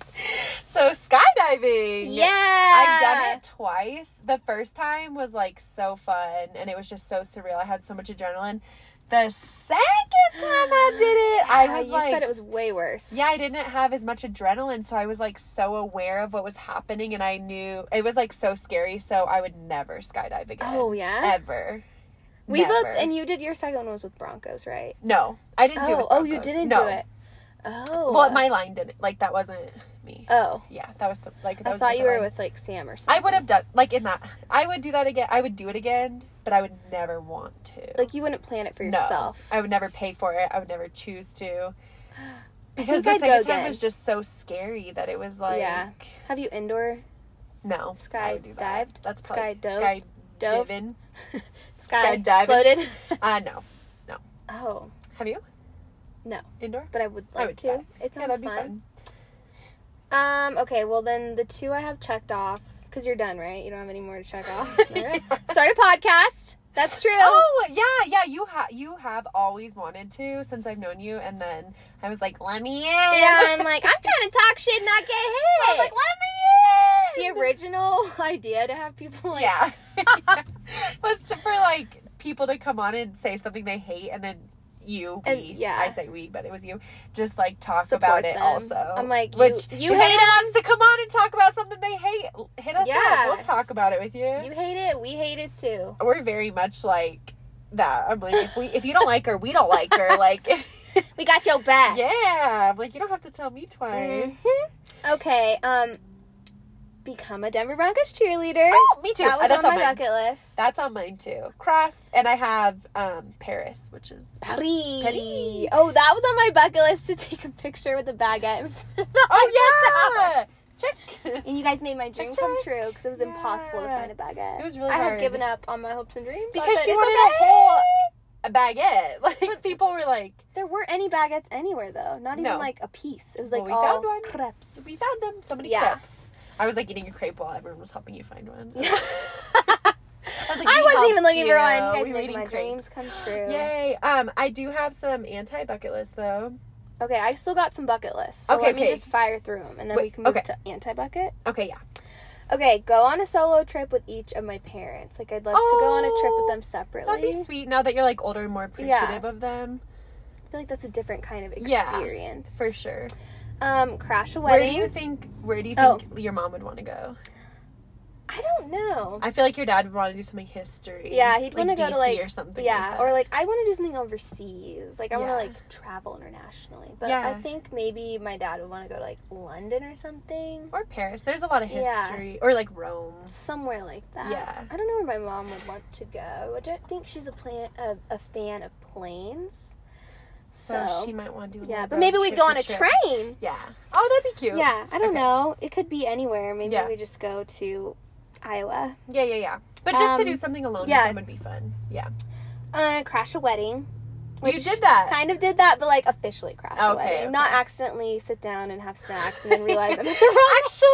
[SPEAKER 2] so skydiving.
[SPEAKER 1] Yeah,
[SPEAKER 2] I've done it twice. The first time was like so fun, and it was just so surreal. I had so much adrenaline. The second time I did it, I
[SPEAKER 1] Yeah,
[SPEAKER 2] was
[SPEAKER 1] Uh, you
[SPEAKER 2] like,
[SPEAKER 1] said it was way worse.
[SPEAKER 2] yeah, I didn't have as much adrenaline, so I was like so aware of what was happening, and I knew it was like so scary. So I would never skydive again.
[SPEAKER 1] Oh, yeah?
[SPEAKER 2] ever.
[SPEAKER 1] we both
[SPEAKER 2] Never.
[SPEAKER 1] and you did your second one was with Broncos, right?
[SPEAKER 2] No, I didn't do it.
[SPEAKER 1] Oh,
[SPEAKER 2] with
[SPEAKER 1] oh, you
[SPEAKER 2] Broncos.
[SPEAKER 1] didn't
[SPEAKER 2] No.
[SPEAKER 1] do it. Oh,
[SPEAKER 2] Well, my line didn't. Like that wasn't me.
[SPEAKER 1] oh,
[SPEAKER 2] yeah, that was some, like. That
[SPEAKER 1] I
[SPEAKER 2] was a
[SPEAKER 1] thought you
[SPEAKER 2] different
[SPEAKER 1] were
[SPEAKER 2] line.
[SPEAKER 1] with like Sam or
[SPEAKER 2] I
[SPEAKER 1] something.
[SPEAKER 2] would have done like in that. I would do that again. I would do it again, but I would never want to.
[SPEAKER 1] like you wouldn't plan it for
[SPEAKER 2] no,
[SPEAKER 1] yourself.
[SPEAKER 2] I would never pay for it. I would never choose to. Because
[SPEAKER 1] think
[SPEAKER 2] the
[SPEAKER 1] I'd go
[SPEAKER 2] second time
[SPEAKER 1] again.
[SPEAKER 2] was just so scary that it was like,
[SPEAKER 1] Yeah. Have you indoor
[SPEAKER 2] no,
[SPEAKER 1] Sky
[SPEAKER 2] I would do that.
[SPEAKER 1] dived?
[SPEAKER 2] That's
[SPEAKER 1] Sky
[SPEAKER 2] probably
[SPEAKER 1] dove?
[SPEAKER 2] sky
[SPEAKER 1] Dove?
[SPEAKER 2] divin.
[SPEAKER 1] sky
[SPEAKER 2] Skydiving?
[SPEAKER 1] floated?
[SPEAKER 2] Uh, no,
[SPEAKER 1] oh
[SPEAKER 2] have you
[SPEAKER 1] no,
[SPEAKER 2] indoor?
[SPEAKER 1] but I would
[SPEAKER 2] I
[SPEAKER 1] like
[SPEAKER 2] would
[SPEAKER 1] to.
[SPEAKER 2] try.
[SPEAKER 1] It
[SPEAKER 2] Yeah,
[SPEAKER 1] sounds
[SPEAKER 2] that'd be
[SPEAKER 1] fun.
[SPEAKER 2] fun.
[SPEAKER 1] Um. Okay. Well, then the two I have checked off because you're done, right? You don't have any more to check off. All right. Start a podcast. That's true.
[SPEAKER 2] Oh yeah, yeah. You have you have always wanted to since I've known you, and then I was like, let me in.
[SPEAKER 1] Yeah, I'm like, I'm trying to talk shit, not get hit.
[SPEAKER 2] I was like, let me in.
[SPEAKER 1] the original idea to have people like
[SPEAKER 2] yeah. was to, for like people to come on and say something they hate and then you
[SPEAKER 1] And-
[SPEAKER 2] we
[SPEAKER 1] yeah.
[SPEAKER 2] I say we but it was you just like talk
[SPEAKER 1] Support
[SPEAKER 2] about it
[SPEAKER 1] them.
[SPEAKER 2] also.
[SPEAKER 1] I'm like, you-
[SPEAKER 2] which
[SPEAKER 1] you
[SPEAKER 2] if
[SPEAKER 1] hate
[SPEAKER 2] anyone wants to come on and talk about something they hate, hit us
[SPEAKER 1] Yeah.
[SPEAKER 2] up. We'll talk about it with you.
[SPEAKER 1] you hate it, we hate it too.
[SPEAKER 2] We're very much like that. I'm like if we if you don't like her, we don't like her. Like
[SPEAKER 1] We got your back.
[SPEAKER 2] yeah. I'm like you don't have to tell me twice.
[SPEAKER 1] Mhm. Okay, um become a Denver Broncos cheerleader.
[SPEAKER 2] Oh, me too.
[SPEAKER 1] That was
[SPEAKER 2] That's
[SPEAKER 1] on my
[SPEAKER 2] mine.
[SPEAKER 1] bucket list.
[SPEAKER 2] That's on mine too. Cross and I have um Paris, which is
[SPEAKER 1] Paris.
[SPEAKER 2] Paris.
[SPEAKER 1] Oh, that was on my bucket list to take a picture with a baguette. in front of the
[SPEAKER 2] Oh
[SPEAKER 1] hotel.
[SPEAKER 2] yeah. Check.
[SPEAKER 1] And you guys made my dream
[SPEAKER 2] Check,
[SPEAKER 1] come
[SPEAKER 2] check.
[SPEAKER 1] true because it was impossible to
[SPEAKER 2] Yeah.
[SPEAKER 1] find a baguette.
[SPEAKER 2] It was really
[SPEAKER 1] I had
[SPEAKER 2] hard.
[SPEAKER 1] given up on my hopes and dreams I
[SPEAKER 2] Because
[SPEAKER 1] thought,
[SPEAKER 2] she
[SPEAKER 1] "It's
[SPEAKER 2] wanted
[SPEAKER 1] okay."
[SPEAKER 2] a whole a baguette. Like
[SPEAKER 1] But-
[SPEAKER 2] people were like,
[SPEAKER 1] There weren't any baguettes anywhere though. Not even
[SPEAKER 2] No.
[SPEAKER 1] like a piece. It was
[SPEAKER 2] Well,
[SPEAKER 1] like
[SPEAKER 2] we
[SPEAKER 1] all
[SPEAKER 2] found one.
[SPEAKER 1] crepes.
[SPEAKER 2] "We found them. Somebody
[SPEAKER 1] Yeah.
[SPEAKER 2] crepes." I was like eating a crepe while everyone was helping you find one.
[SPEAKER 1] I,
[SPEAKER 2] was like, "We
[SPEAKER 1] was not
[SPEAKER 2] helped
[SPEAKER 1] even looking for
[SPEAKER 2] you.
[SPEAKER 1] one. You guys
[SPEAKER 2] We were
[SPEAKER 1] making
[SPEAKER 2] eating
[SPEAKER 1] my
[SPEAKER 2] crepes."
[SPEAKER 1] dreams come true.
[SPEAKER 2] Yay! Um, I do have some anti bucket list though.
[SPEAKER 1] Okay, I still got some bucket lists. So
[SPEAKER 2] Okay,
[SPEAKER 1] let me
[SPEAKER 2] okay.
[SPEAKER 1] just fire through them and then
[SPEAKER 2] Wait,
[SPEAKER 1] we can move
[SPEAKER 2] okay.
[SPEAKER 1] to anti bucket.
[SPEAKER 2] Okay, yeah.
[SPEAKER 1] Okay, go on a solo trip with each of my parents. Like I'd love to go on a trip with them separately.
[SPEAKER 2] Oh, That'd be sweet now that you're like older and more appreciative of them.
[SPEAKER 1] I feel like that's a different kind of
[SPEAKER 2] Yeah,
[SPEAKER 1] experience.
[SPEAKER 2] For sure.
[SPEAKER 1] Um, crash a
[SPEAKER 2] Where
[SPEAKER 1] wedding.
[SPEAKER 2] do you think where do you
[SPEAKER 1] Oh.
[SPEAKER 2] think your mom would want to go?
[SPEAKER 1] I don't know.
[SPEAKER 2] I feel like your dad would want to do something history.
[SPEAKER 1] Yeah, he'd
[SPEAKER 2] like
[SPEAKER 1] want to go
[SPEAKER 2] DC
[SPEAKER 1] to like
[SPEAKER 2] or something.
[SPEAKER 1] Yeah,
[SPEAKER 2] like
[SPEAKER 1] or like I want to do something overseas. Like I
[SPEAKER 2] Yeah.
[SPEAKER 1] want to like travel internationally. But
[SPEAKER 2] Yeah.
[SPEAKER 1] I think maybe my dad would want to go to like London or something,
[SPEAKER 2] or Paris. There's a lot of
[SPEAKER 1] Yeah.
[SPEAKER 2] history, or like Rome.
[SPEAKER 1] somewhere like that.
[SPEAKER 2] Yeah.
[SPEAKER 1] I don't know where my mom would want to go. I don't think she's a plan a, a fan of planes. So,
[SPEAKER 2] So, she might want to do. A
[SPEAKER 1] yeah,
[SPEAKER 2] little
[SPEAKER 1] but
[SPEAKER 2] road
[SPEAKER 1] maybe we'd
[SPEAKER 2] trip
[SPEAKER 1] go
[SPEAKER 2] to
[SPEAKER 1] on a
[SPEAKER 2] trip.
[SPEAKER 1] train.
[SPEAKER 2] Yeah. Oh, that'd be cute.
[SPEAKER 1] Yeah, I don't
[SPEAKER 2] Okay.
[SPEAKER 1] know. It could be anywhere. Maybe
[SPEAKER 2] Yeah.
[SPEAKER 1] we just go to Iowa.
[SPEAKER 2] Yeah, yeah, yeah. But just to
[SPEAKER 1] Um,
[SPEAKER 2] do something alone
[SPEAKER 1] yeah.
[SPEAKER 2] with them would be fun. Yeah.
[SPEAKER 1] Uh, crash a wedding.
[SPEAKER 2] You
[SPEAKER 1] which-
[SPEAKER 2] did that.
[SPEAKER 1] kind of did that, but like officially crash a
[SPEAKER 2] Uh, Okay,
[SPEAKER 1] wedding.
[SPEAKER 2] okay.
[SPEAKER 1] Not accidentally sit down and have snacks and then realize I'm at the wrong.
[SPEAKER 2] Actually,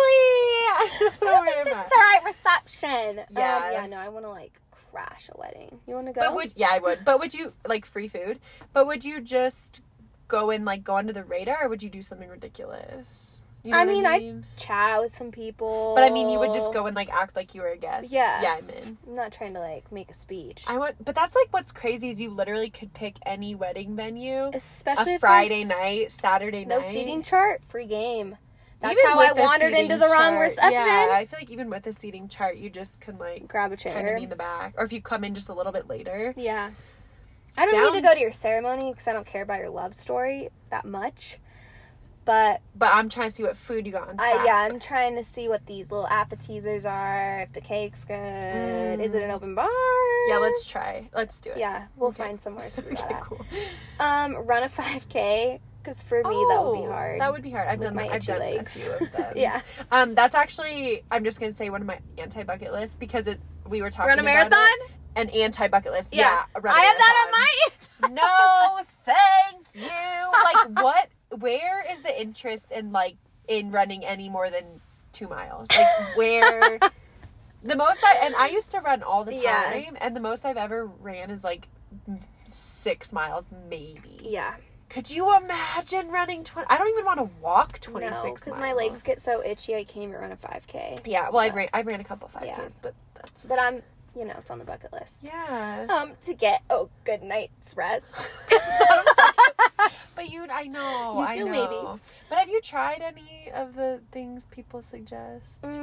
[SPEAKER 2] I don't
[SPEAKER 1] I
[SPEAKER 2] know
[SPEAKER 1] don't
[SPEAKER 2] where
[SPEAKER 1] think
[SPEAKER 2] I'm
[SPEAKER 1] this is
[SPEAKER 2] at.
[SPEAKER 1] the right reception. Um,
[SPEAKER 2] Yeah.
[SPEAKER 1] yeah. No, I want to like crash a wedding. You want to go?
[SPEAKER 2] But would yeah, I would. But would you like free food? But would you just go and like go under the radar, or would you do something ridiculous? You
[SPEAKER 1] I
[SPEAKER 2] what
[SPEAKER 1] mean, I- Chat with some people.
[SPEAKER 2] But I mean, you would just go and like act like you were a guest.
[SPEAKER 1] Yeah.
[SPEAKER 2] Yeah, I'm in.
[SPEAKER 1] I'm not trying to like make a speech.
[SPEAKER 2] I want, but that's like what's crazy is you literally could pick any wedding venue.
[SPEAKER 1] Especially
[SPEAKER 2] a
[SPEAKER 1] if
[SPEAKER 2] Friday
[SPEAKER 1] there's
[SPEAKER 2] night, Saturday
[SPEAKER 1] No
[SPEAKER 2] night.
[SPEAKER 1] seating chart, free game. That's
[SPEAKER 2] Even
[SPEAKER 1] how I
[SPEAKER 2] with the
[SPEAKER 1] wandered into
[SPEAKER 2] seating
[SPEAKER 1] the wrong
[SPEAKER 2] chart,
[SPEAKER 1] reception.
[SPEAKER 2] Yeah, I feel like even with the seating chart, you just can like
[SPEAKER 1] Grab a
[SPEAKER 2] kind of
[SPEAKER 1] chair.
[SPEAKER 2] be in the back, or if you come in just a little bit later.
[SPEAKER 1] Yeah. I don't need to
[SPEAKER 2] Down-
[SPEAKER 1] go to your ceremony because I don't care about your love story that much. But
[SPEAKER 2] But I'm trying to see what food you got on tap.
[SPEAKER 1] I, yeah, I'm trying to see what these little appetizers are. If the cake's good, is it an open bar?
[SPEAKER 2] Mm. Yeah, let's try. Let's do it.
[SPEAKER 1] Yeah, we'll
[SPEAKER 2] Okay.
[SPEAKER 1] find somewhere to do
[SPEAKER 2] Okay,
[SPEAKER 1] that.
[SPEAKER 2] cool.
[SPEAKER 1] Um, run a 5K because for me that would be
[SPEAKER 2] Oh,
[SPEAKER 1] hard.
[SPEAKER 2] That would be hard. I've
[SPEAKER 1] with
[SPEAKER 2] done.
[SPEAKER 1] my
[SPEAKER 2] I've
[SPEAKER 1] itchy
[SPEAKER 2] done
[SPEAKER 1] legs.
[SPEAKER 2] a few of them.
[SPEAKER 1] yeah,
[SPEAKER 2] Um, that's actually. I'm just gonna say one of my anti bucket lists because it. We were talking
[SPEAKER 1] run a
[SPEAKER 2] about
[SPEAKER 1] marathon.
[SPEAKER 2] it. an anti bucket list.
[SPEAKER 1] Yeah.
[SPEAKER 2] Yeah,
[SPEAKER 1] I have that on my.
[SPEAKER 2] No, thank you. Like, what? Where is the interest in like in running any more than two miles? Like, where? the most I and I used to run all the time,
[SPEAKER 1] Yeah.
[SPEAKER 2] and the most I've ever ran is like six miles, maybe.
[SPEAKER 1] yeah,
[SPEAKER 2] Could you imagine running twenty? I don't even want to walk twenty
[SPEAKER 1] no,
[SPEAKER 2] six.
[SPEAKER 1] because my legs get so itchy I can't even run a 5K.
[SPEAKER 2] Yeah, well, I ran. I ran a couple five
[SPEAKER 1] Yeah.
[SPEAKER 2] Ks, but that's
[SPEAKER 1] But I'm, you know, it's on the bucket list.
[SPEAKER 2] yeah.
[SPEAKER 1] Um, to get oh good night's rest.
[SPEAKER 2] But you, I know.
[SPEAKER 1] You
[SPEAKER 2] I
[SPEAKER 1] do,
[SPEAKER 2] know.
[SPEAKER 1] maybe.
[SPEAKER 2] But have you tried any of the things people suggest to you,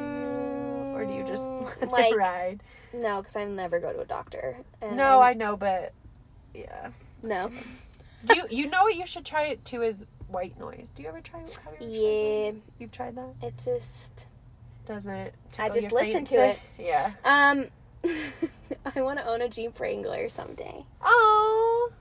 [SPEAKER 2] or do you just
[SPEAKER 1] Mm,
[SPEAKER 2] let
[SPEAKER 1] like- mm-hmm.
[SPEAKER 2] it ride?
[SPEAKER 1] no, because I never go to a doctor. And
[SPEAKER 2] No, I know, but yeah.
[SPEAKER 1] no.
[SPEAKER 2] Do you you know what you should try it too is white noise. Do you ever try? Have you ever tried white
[SPEAKER 1] Yeah.
[SPEAKER 2] noise? You've tried that?
[SPEAKER 1] It just
[SPEAKER 2] Doesn't.
[SPEAKER 1] I
[SPEAKER 2] tickle
[SPEAKER 1] just
[SPEAKER 2] your
[SPEAKER 1] listen to
[SPEAKER 2] fancy? Yeah.
[SPEAKER 1] um I want to own a Jeep Wrangler someday.
[SPEAKER 2] Oh,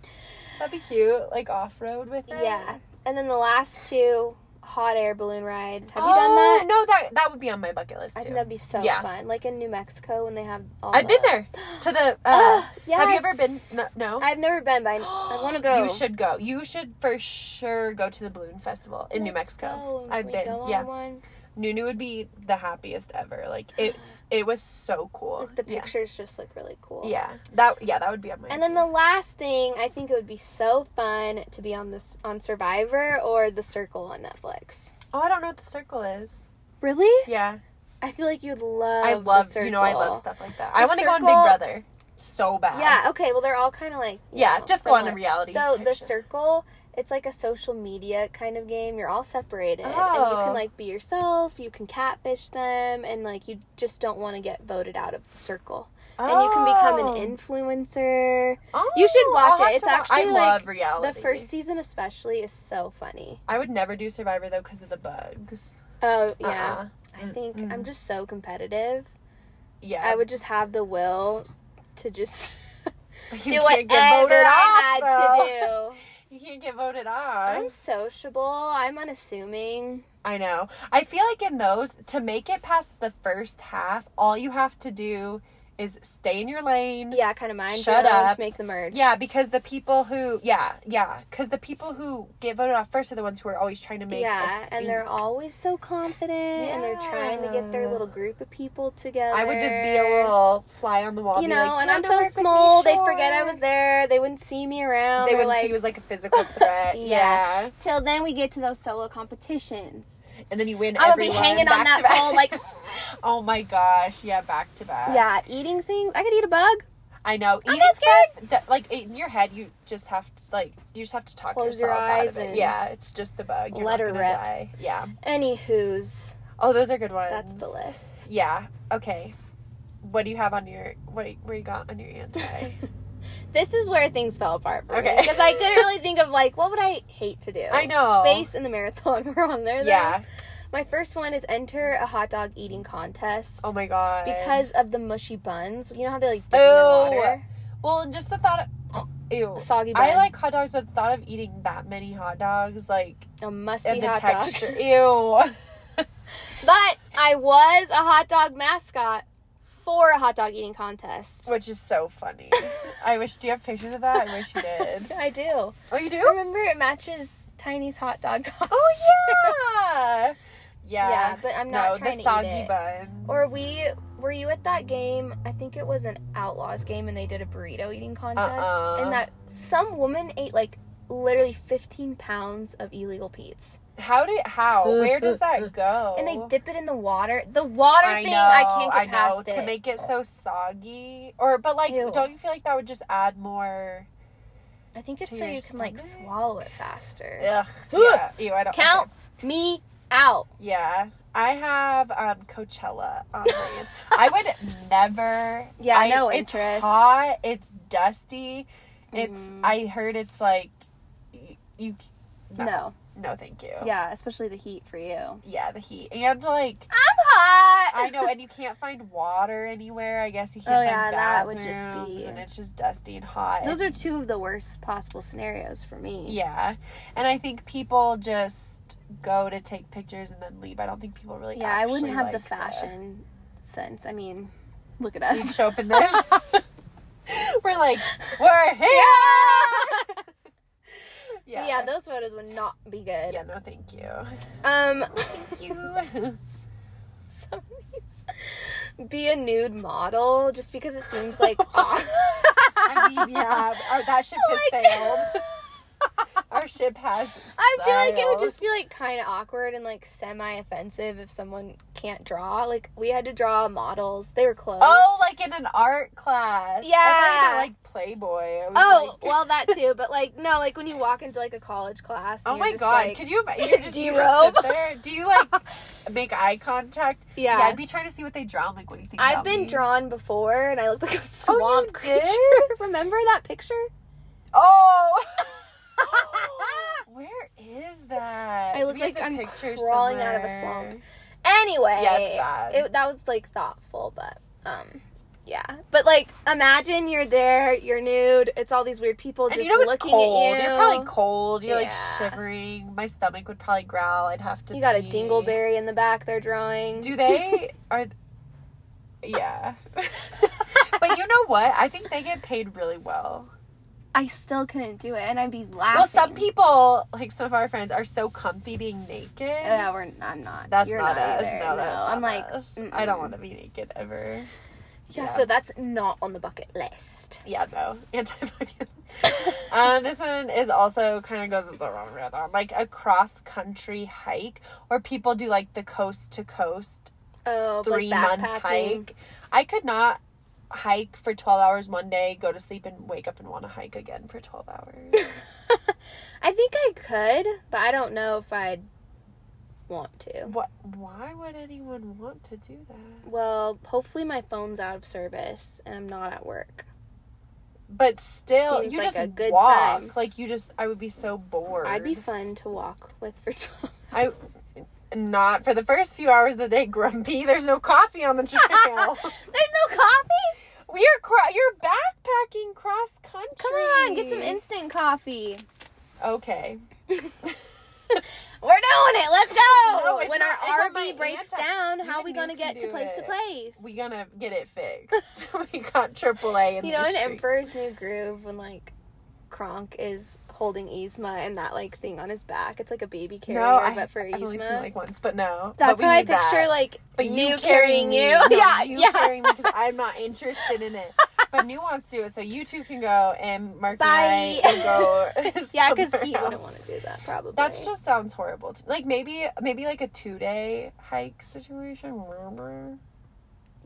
[SPEAKER 2] that'd be cute. Like off road with it.
[SPEAKER 1] Yeah. And then the last two hot air balloon ride. Have
[SPEAKER 2] oh,
[SPEAKER 1] you done that?
[SPEAKER 2] No, that that would be on my bucket list
[SPEAKER 1] I
[SPEAKER 2] too.
[SPEAKER 1] think that'd be so
[SPEAKER 2] Yeah.
[SPEAKER 1] fun. Like in New Mexico when they have all
[SPEAKER 2] I've been
[SPEAKER 1] the-
[SPEAKER 2] there to the. Uh,
[SPEAKER 1] Ugh,
[SPEAKER 2] Have you ever been?
[SPEAKER 1] yes.
[SPEAKER 2] No. no?
[SPEAKER 1] I've never been, but I, I want to go.
[SPEAKER 2] You should go. You should for sure go to the balloon festival in New
[SPEAKER 1] Let's
[SPEAKER 2] Mexico.
[SPEAKER 1] go.
[SPEAKER 2] I've
[SPEAKER 1] We
[SPEAKER 2] been.
[SPEAKER 1] Go on
[SPEAKER 2] yeah,
[SPEAKER 1] one.
[SPEAKER 2] Nunu would be the happiest ever. Like it's it was so cool.
[SPEAKER 1] Like the
[SPEAKER 2] Yeah.
[SPEAKER 1] pictures just look really cool.
[SPEAKER 2] Yeah. that yeah that would be on my.
[SPEAKER 1] And then the last thing, I think it would be so fun to be on this on Survivor or The Circle on Netflix.
[SPEAKER 2] oh I don't know what the circle is.
[SPEAKER 1] Really?
[SPEAKER 2] Yeah,
[SPEAKER 1] I feel like you'd love.
[SPEAKER 2] I
[SPEAKER 1] The
[SPEAKER 2] love you know I
[SPEAKER 1] Circle.
[SPEAKER 2] love stuff like that. I
[SPEAKER 1] The
[SPEAKER 2] want to go on Big
[SPEAKER 1] Circle-
[SPEAKER 2] Brother so bad.
[SPEAKER 1] Yeah. Okay. Well, they're all kind of like you
[SPEAKER 2] Yeah,
[SPEAKER 1] know,
[SPEAKER 2] just go on a
[SPEAKER 1] similar.
[SPEAKER 2] reality.
[SPEAKER 1] So
[SPEAKER 2] type
[SPEAKER 1] the
[SPEAKER 2] show.
[SPEAKER 1] circle, it's like a social media kind of game. You're all separated, and you
[SPEAKER 2] Oh.
[SPEAKER 1] can like be yourself. You can catfish them, and like you just don't want to get voted out of the circle. And you can become
[SPEAKER 2] Oh.
[SPEAKER 1] an influencer.
[SPEAKER 2] Oh,
[SPEAKER 1] you should watch
[SPEAKER 2] I'll
[SPEAKER 1] it.
[SPEAKER 2] have
[SPEAKER 1] It's
[SPEAKER 2] to wa- I
[SPEAKER 1] actually, like,
[SPEAKER 2] love reality.
[SPEAKER 1] The first season, especially, is so funny.
[SPEAKER 2] I would never do Survivor though because of the bugs.
[SPEAKER 1] Oh yeah,
[SPEAKER 2] Uh-uh.
[SPEAKER 1] I think I'm just so competitive.
[SPEAKER 2] Yeah,
[SPEAKER 1] I would just have the will to just do
[SPEAKER 2] You can't
[SPEAKER 1] whatever
[SPEAKER 2] get voted
[SPEAKER 1] I
[SPEAKER 2] off,
[SPEAKER 1] had
[SPEAKER 2] though.
[SPEAKER 1] to do.
[SPEAKER 2] You can't get voted off.
[SPEAKER 1] I'm sociable. I'm unassuming.
[SPEAKER 2] I know. I feel like in those, to make it past the first half, all you have to do is stay in your lane.
[SPEAKER 1] Yeah, kind of mind
[SPEAKER 2] Shut
[SPEAKER 1] your own
[SPEAKER 2] up.
[SPEAKER 1] to make the merge.
[SPEAKER 2] Yeah, because the people who, yeah, yeah, because the people who get voted off first are the ones who are always trying to make.
[SPEAKER 1] yeah,
[SPEAKER 2] us
[SPEAKER 1] and they're always so confident, and they're trying to get their
[SPEAKER 2] Yeah.
[SPEAKER 1] little group of people together.
[SPEAKER 2] I would just be a little fly on the wall.
[SPEAKER 1] you
[SPEAKER 2] be
[SPEAKER 1] know,
[SPEAKER 2] like, "You
[SPEAKER 1] and
[SPEAKER 2] want
[SPEAKER 1] I'm
[SPEAKER 2] to
[SPEAKER 1] so
[SPEAKER 2] work with me?
[SPEAKER 1] small, they'd forget I
[SPEAKER 2] Sure."
[SPEAKER 1] was there. They wouldn't see me around.
[SPEAKER 2] They
[SPEAKER 1] They're
[SPEAKER 2] wouldn't
[SPEAKER 1] like,
[SPEAKER 2] see it was like a physical threat.
[SPEAKER 1] Yeah.
[SPEAKER 2] yeah.
[SPEAKER 1] Till then, we get to those solo competitions.
[SPEAKER 2] and then you win.
[SPEAKER 1] I'm gonna be
[SPEAKER 2] everyone
[SPEAKER 1] hanging on
[SPEAKER 2] back
[SPEAKER 1] that
[SPEAKER 2] to back.
[SPEAKER 1] pole, like,
[SPEAKER 2] oh my gosh, yeah, back to back.
[SPEAKER 1] yeah, eating things. I could eat a bug.
[SPEAKER 2] I know.
[SPEAKER 1] I'm
[SPEAKER 2] Eating
[SPEAKER 1] not scared.
[SPEAKER 2] stuff, d- like in your head, you just have to, like you just have to talk
[SPEAKER 1] Close your
[SPEAKER 2] yourself out
[SPEAKER 1] eyes
[SPEAKER 2] of it.
[SPEAKER 1] and
[SPEAKER 2] yeah, it's just the bug. You're
[SPEAKER 1] let
[SPEAKER 2] not
[SPEAKER 1] her
[SPEAKER 2] gonna
[SPEAKER 1] rip.
[SPEAKER 2] die. Yeah.
[SPEAKER 1] Anywho's.
[SPEAKER 2] Oh, those are good ones.
[SPEAKER 1] That's the list.
[SPEAKER 2] Yeah. Okay. What do you have on your what? do you- Where you got on your anti?
[SPEAKER 1] This is where things fell apart for
[SPEAKER 2] Okay.
[SPEAKER 1] me because I couldn't really think of like what would I hate to do.
[SPEAKER 2] I know.
[SPEAKER 1] space and the marathon were on there. Though.
[SPEAKER 2] yeah.
[SPEAKER 1] My first one is enter a hot dog eating contest
[SPEAKER 2] Oh my god.
[SPEAKER 1] because of the mushy buns. You know how they like dip
[SPEAKER 2] Oh.
[SPEAKER 1] them in water,
[SPEAKER 2] well, and just the thought of ew.
[SPEAKER 1] soggy bun,
[SPEAKER 2] I like hot dogs, but the thought of eating that many hot dogs, like
[SPEAKER 1] a musty
[SPEAKER 2] and the
[SPEAKER 1] hot
[SPEAKER 2] texture,
[SPEAKER 1] dog.
[SPEAKER 2] ew.
[SPEAKER 1] But I was a hot dog mascot for a hot dog eating contest.
[SPEAKER 2] Which is so funny. I wish. Do you have pictures of that? I wish you did.
[SPEAKER 1] I do.
[SPEAKER 2] Oh, you do.
[SPEAKER 1] Remember, it matches Tiny's hot dog. Costume.
[SPEAKER 2] Oh yeah. Yeah.
[SPEAKER 1] yeah, but I'm
[SPEAKER 2] no,
[SPEAKER 1] not
[SPEAKER 2] the
[SPEAKER 1] trying to
[SPEAKER 2] soggy
[SPEAKER 1] eat it.
[SPEAKER 2] buns.
[SPEAKER 1] Or we were you at that game? I think it was an Outlaws game, and they did a burrito eating contest,
[SPEAKER 2] Uh-uh.
[SPEAKER 1] and that some woman ate like literally 15 pounds of illegal peats,
[SPEAKER 2] How did how? Where does that go?
[SPEAKER 1] and they dip it in the water. The water
[SPEAKER 2] I
[SPEAKER 1] thing,
[SPEAKER 2] know,
[SPEAKER 1] I can't get
[SPEAKER 2] I know,
[SPEAKER 1] past it.
[SPEAKER 2] to make it so soggy. Or but like,
[SPEAKER 1] Ew.
[SPEAKER 2] don't you feel like that would just add more?
[SPEAKER 1] I think it's
[SPEAKER 2] to
[SPEAKER 1] so you
[SPEAKER 2] your
[SPEAKER 1] can like
[SPEAKER 2] stomach?
[SPEAKER 1] swallow it faster.
[SPEAKER 2] Ugh. Yeah. Ew. I don't
[SPEAKER 1] Count me out.
[SPEAKER 2] okay. Yeah. I have um, Coachella on my hands. I would never.
[SPEAKER 1] Yeah, I know,
[SPEAKER 2] It's
[SPEAKER 1] interest.
[SPEAKER 2] hot. It's dusty. It's.
[SPEAKER 1] Mhm.
[SPEAKER 2] I heard it's like. You. you
[SPEAKER 1] No.
[SPEAKER 2] No, thank you.
[SPEAKER 1] Yeah, especially the heat for you. I'm
[SPEAKER 2] Yeah, the heat. And like
[SPEAKER 1] hot.
[SPEAKER 2] I know, and you can't find water anywhere. I guess you can't
[SPEAKER 1] Oh,
[SPEAKER 2] find
[SPEAKER 1] yeah, that would just
[SPEAKER 2] bathrooms,
[SPEAKER 1] be-
[SPEAKER 2] and it's just dusty and hot.
[SPEAKER 1] Those are two of the worst possible scenarios for me.
[SPEAKER 2] yeah. And I think people just go to take pictures and then leave. I don't think people really
[SPEAKER 1] Yeah, I wouldn't have
[SPEAKER 2] actually
[SPEAKER 1] the
[SPEAKER 2] like uh,
[SPEAKER 1] fashion sense. I mean, look at
[SPEAKER 2] We
[SPEAKER 1] us.
[SPEAKER 2] show up in this. We're like, we're here.
[SPEAKER 1] Yeah.
[SPEAKER 2] Yeah. Yeah,
[SPEAKER 1] those photos would not be good.
[SPEAKER 2] no, thank you.
[SPEAKER 1] Um,
[SPEAKER 2] Thank you.
[SPEAKER 1] some of these- be a nude model just because it seems like. pop-
[SPEAKER 2] I mean, yeah, our, that ship has
[SPEAKER 1] Like-
[SPEAKER 2] sailed. Our ship has.
[SPEAKER 1] I feel like it would
[SPEAKER 2] sailed.
[SPEAKER 1] just be like kind of awkward and like semi offensive if someone can't draw. Like we had to draw models. They were clothes.
[SPEAKER 2] Oh, like in an art class. I thought
[SPEAKER 1] Yeah.
[SPEAKER 2] you meant, like Playboy. I was
[SPEAKER 1] Oh,
[SPEAKER 2] like-
[SPEAKER 1] well that too, but like no, like when you walk into like a college class. and
[SPEAKER 2] oh
[SPEAKER 1] you're
[SPEAKER 2] my
[SPEAKER 1] just,
[SPEAKER 2] god!
[SPEAKER 1] like-
[SPEAKER 2] Could you? ima- You're just, you just
[SPEAKER 1] derobe?
[SPEAKER 2] sit there. Do you like make eye contact?
[SPEAKER 1] yeah.
[SPEAKER 2] I'd be trying to see what they draw. I'm like, what do you think?
[SPEAKER 1] I've
[SPEAKER 2] about
[SPEAKER 1] been
[SPEAKER 2] me?
[SPEAKER 1] drawn before, and I looked like a swamp
[SPEAKER 2] did?
[SPEAKER 1] creature. Remember that picture?
[SPEAKER 2] Oh. Where is that?
[SPEAKER 1] I look
[SPEAKER 2] We have
[SPEAKER 1] like
[SPEAKER 2] the
[SPEAKER 1] I'm
[SPEAKER 2] picture
[SPEAKER 1] crawling out of a
[SPEAKER 2] somewhere.
[SPEAKER 1] swamp. Anyway,
[SPEAKER 2] Yeah, it's bad.
[SPEAKER 1] It, that was like thoughtful, but um, yeah. But like, imagine you're there, you're nude. It's all these weird people
[SPEAKER 2] And
[SPEAKER 1] just
[SPEAKER 2] you know it's
[SPEAKER 1] looking
[SPEAKER 2] cold.
[SPEAKER 1] at you.
[SPEAKER 2] You're probably cold. You're like
[SPEAKER 1] Yeah.
[SPEAKER 2] shivering. My stomach would probably growl. I'd have to.
[SPEAKER 1] You got a
[SPEAKER 2] pee.
[SPEAKER 1] dingleberry in the back they're drawing.
[SPEAKER 2] Do they are? Yeah. but you know what? I think they get paid really well.
[SPEAKER 1] I still couldn't do it, and I'd be laughing.
[SPEAKER 2] Well, some people, like some of our friends, are so comfy being naked.
[SPEAKER 1] Yeah, we're. I'm not.
[SPEAKER 2] That's
[SPEAKER 1] You're
[SPEAKER 2] not, us.
[SPEAKER 1] either.
[SPEAKER 2] No, that's
[SPEAKER 1] I'm
[SPEAKER 2] not
[SPEAKER 1] like,
[SPEAKER 2] us.
[SPEAKER 1] mm-mm.
[SPEAKER 2] I don't want to be naked ever.
[SPEAKER 1] yeah,
[SPEAKER 2] yeah.
[SPEAKER 1] so that's not on the bucket list.
[SPEAKER 2] Yeah, no. Anti Um, this one is also kind of goes with the wrong rhythm, like a cross country hike, where people do like the coast to coast
[SPEAKER 1] Oh,
[SPEAKER 2] three
[SPEAKER 1] like
[SPEAKER 2] month
[SPEAKER 1] backpacking.
[SPEAKER 2] hike. I could not hike for 12 hours one day, go to sleep, and wake up and want to hike again for 12 hours.
[SPEAKER 1] I think I could, but I don't know if I'd want to.
[SPEAKER 2] what? Why would anyone want to do that?
[SPEAKER 1] Well, hopefully my phone's out of service and I'm not at work.
[SPEAKER 2] But still,
[SPEAKER 1] Seems
[SPEAKER 2] you
[SPEAKER 1] like
[SPEAKER 2] just
[SPEAKER 1] a good
[SPEAKER 2] walk.
[SPEAKER 1] time.
[SPEAKER 2] Like you just, I would be so bored.
[SPEAKER 1] I'd be fun to walk with for 12.
[SPEAKER 2] I not for the first few hours of the day grumpy. There's no coffee on the trail.
[SPEAKER 1] There's no coffee?
[SPEAKER 2] We're cro- you're backpacking cross country.
[SPEAKER 1] Come on, get some instant coffee.
[SPEAKER 2] okay.
[SPEAKER 1] We're doing it. Let's go.
[SPEAKER 2] No, it's
[SPEAKER 1] when
[SPEAKER 2] not- I
[SPEAKER 1] our
[SPEAKER 2] got
[SPEAKER 1] RV
[SPEAKER 2] my
[SPEAKER 1] breaks
[SPEAKER 2] anti-
[SPEAKER 1] down,
[SPEAKER 2] you
[SPEAKER 1] how are we
[SPEAKER 2] and you
[SPEAKER 1] gonna
[SPEAKER 2] can
[SPEAKER 1] get to
[SPEAKER 2] do
[SPEAKER 1] place to
[SPEAKER 2] it.
[SPEAKER 1] place?
[SPEAKER 2] We gonna get it fixed. we got AAA in
[SPEAKER 1] You
[SPEAKER 2] the
[SPEAKER 1] know, in
[SPEAKER 2] street.
[SPEAKER 1] Emperor's New Groove, when like Kronk is holding Yzma and that like thing on his back, it's like a baby carrier,
[SPEAKER 2] No, I,
[SPEAKER 1] but for
[SPEAKER 2] I've only seen it,
[SPEAKER 1] Yzma.
[SPEAKER 2] like once, but no.
[SPEAKER 1] That's
[SPEAKER 2] but we
[SPEAKER 1] how I
[SPEAKER 2] need
[SPEAKER 1] picture
[SPEAKER 2] that.
[SPEAKER 1] like
[SPEAKER 2] But
[SPEAKER 1] you,
[SPEAKER 2] carrying
[SPEAKER 1] carrying
[SPEAKER 2] me.
[SPEAKER 1] you.
[SPEAKER 2] No,
[SPEAKER 1] yeah,
[SPEAKER 2] you
[SPEAKER 1] yeah.
[SPEAKER 2] carrying me because I'm not interested in it. But New wants to do it, so you two can go and Mark
[SPEAKER 1] Bye.
[SPEAKER 2] and I can go.
[SPEAKER 1] yeah, because he
[SPEAKER 2] somewhere else.
[SPEAKER 1] wouldn't want to do that probably.
[SPEAKER 2] That just sounds horrible. To Like maybe maybe like a two day hike situation, remember?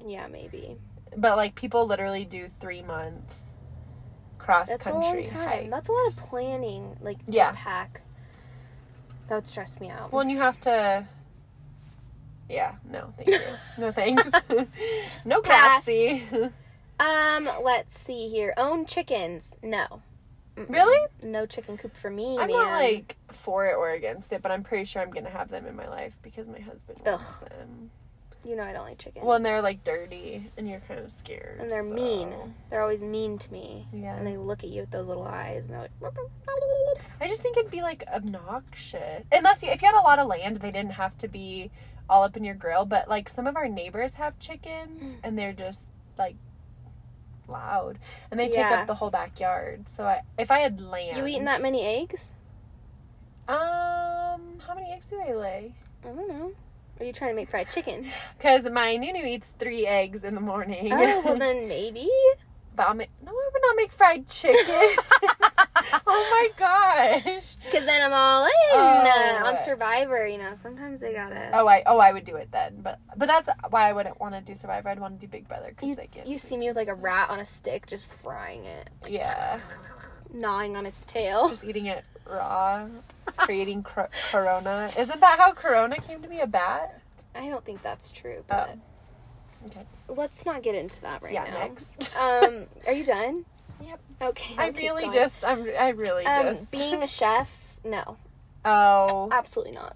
[SPEAKER 1] yeah, maybe.
[SPEAKER 2] But like people literally do three month cross
[SPEAKER 1] That's a long
[SPEAKER 2] country
[SPEAKER 1] time.
[SPEAKER 2] hike.
[SPEAKER 1] That's a lot of planning. Like to
[SPEAKER 2] Yeah.
[SPEAKER 1] pack. That would stress me out.
[SPEAKER 2] Well, and you have to. Yeah. No. Thank you. no thanks. no
[SPEAKER 1] Pass.
[SPEAKER 2] patsy.
[SPEAKER 1] Um, let's see here. Own chickens? No. Mm-mm.
[SPEAKER 2] really?
[SPEAKER 1] No chicken coop for me,
[SPEAKER 2] I'm
[SPEAKER 1] man.
[SPEAKER 2] not like for it or against it, but I'm pretty sure I'm gonna have them in my life because my husband wants them.
[SPEAKER 1] you know, I don't like chickens.
[SPEAKER 2] Well, and they're like dirty, and you're kind of scared.
[SPEAKER 1] and they're
[SPEAKER 2] so-
[SPEAKER 1] mean. They're always mean to me.
[SPEAKER 2] Yeah.
[SPEAKER 1] And they look at you with those little eyes, and they're like.
[SPEAKER 2] I just think it'd be like obnoxious. Unless you, if you had a lot of land, they didn't have to be all up in your grill. But like some of our neighbors have
[SPEAKER 1] Mm.
[SPEAKER 2] chickens and they're just like loud and they take
[SPEAKER 1] Yeah.
[SPEAKER 2] up the whole backyard. So I, if I had land,
[SPEAKER 1] You eating that many eggs?
[SPEAKER 2] Um, how many eggs do they lay?
[SPEAKER 1] I don't know. Are you trying to make fried chicken?
[SPEAKER 2] Because my Nunu eats three eggs in the morning.
[SPEAKER 1] oh well, then maybe.
[SPEAKER 2] but I'll make no, I would not make fried chicken. oh my gosh.
[SPEAKER 1] Because then I'm all in
[SPEAKER 2] Oh.
[SPEAKER 1] uh, on Survivor. You know, sometimes they gotta.
[SPEAKER 2] Oh, I oh I would do it then, but but that's why I wouldn't want to do Survivor. I'd want to do Big Brother because
[SPEAKER 1] you,
[SPEAKER 2] they get
[SPEAKER 1] you see me with like a rat on a stick, just frying it,
[SPEAKER 2] yeah,
[SPEAKER 1] gnawing on its tail.
[SPEAKER 2] just eating it raw, creating cor- Corona. Isn't that how Corona came to be a bat? Um,
[SPEAKER 1] I don't think that's true,
[SPEAKER 2] Oh.
[SPEAKER 1] but
[SPEAKER 2] okay.
[SPEAKER 1] let's not get into that right
[SPEAKER 2] Yeah,
[SPEAKER 1] now.
[SPEAKER 2] next.
[SPEAKER 1] um, are you done?
[SPEAKER 2] Yep.
[SPEAKER 1] Okay.
[SPEAKER 2] I
[SPEAKER 1] I'll keep
[SPEAKER 2] really
[SPEAKER 1] going.
[SPEAKER 2] just I'm I really
[SPEAKER 1] um
[SPEAKER 2] just
[SPEAKER 1] being a chef. No,
[SPEAKER 2] oh
[SPEAKER 1] absolutely not.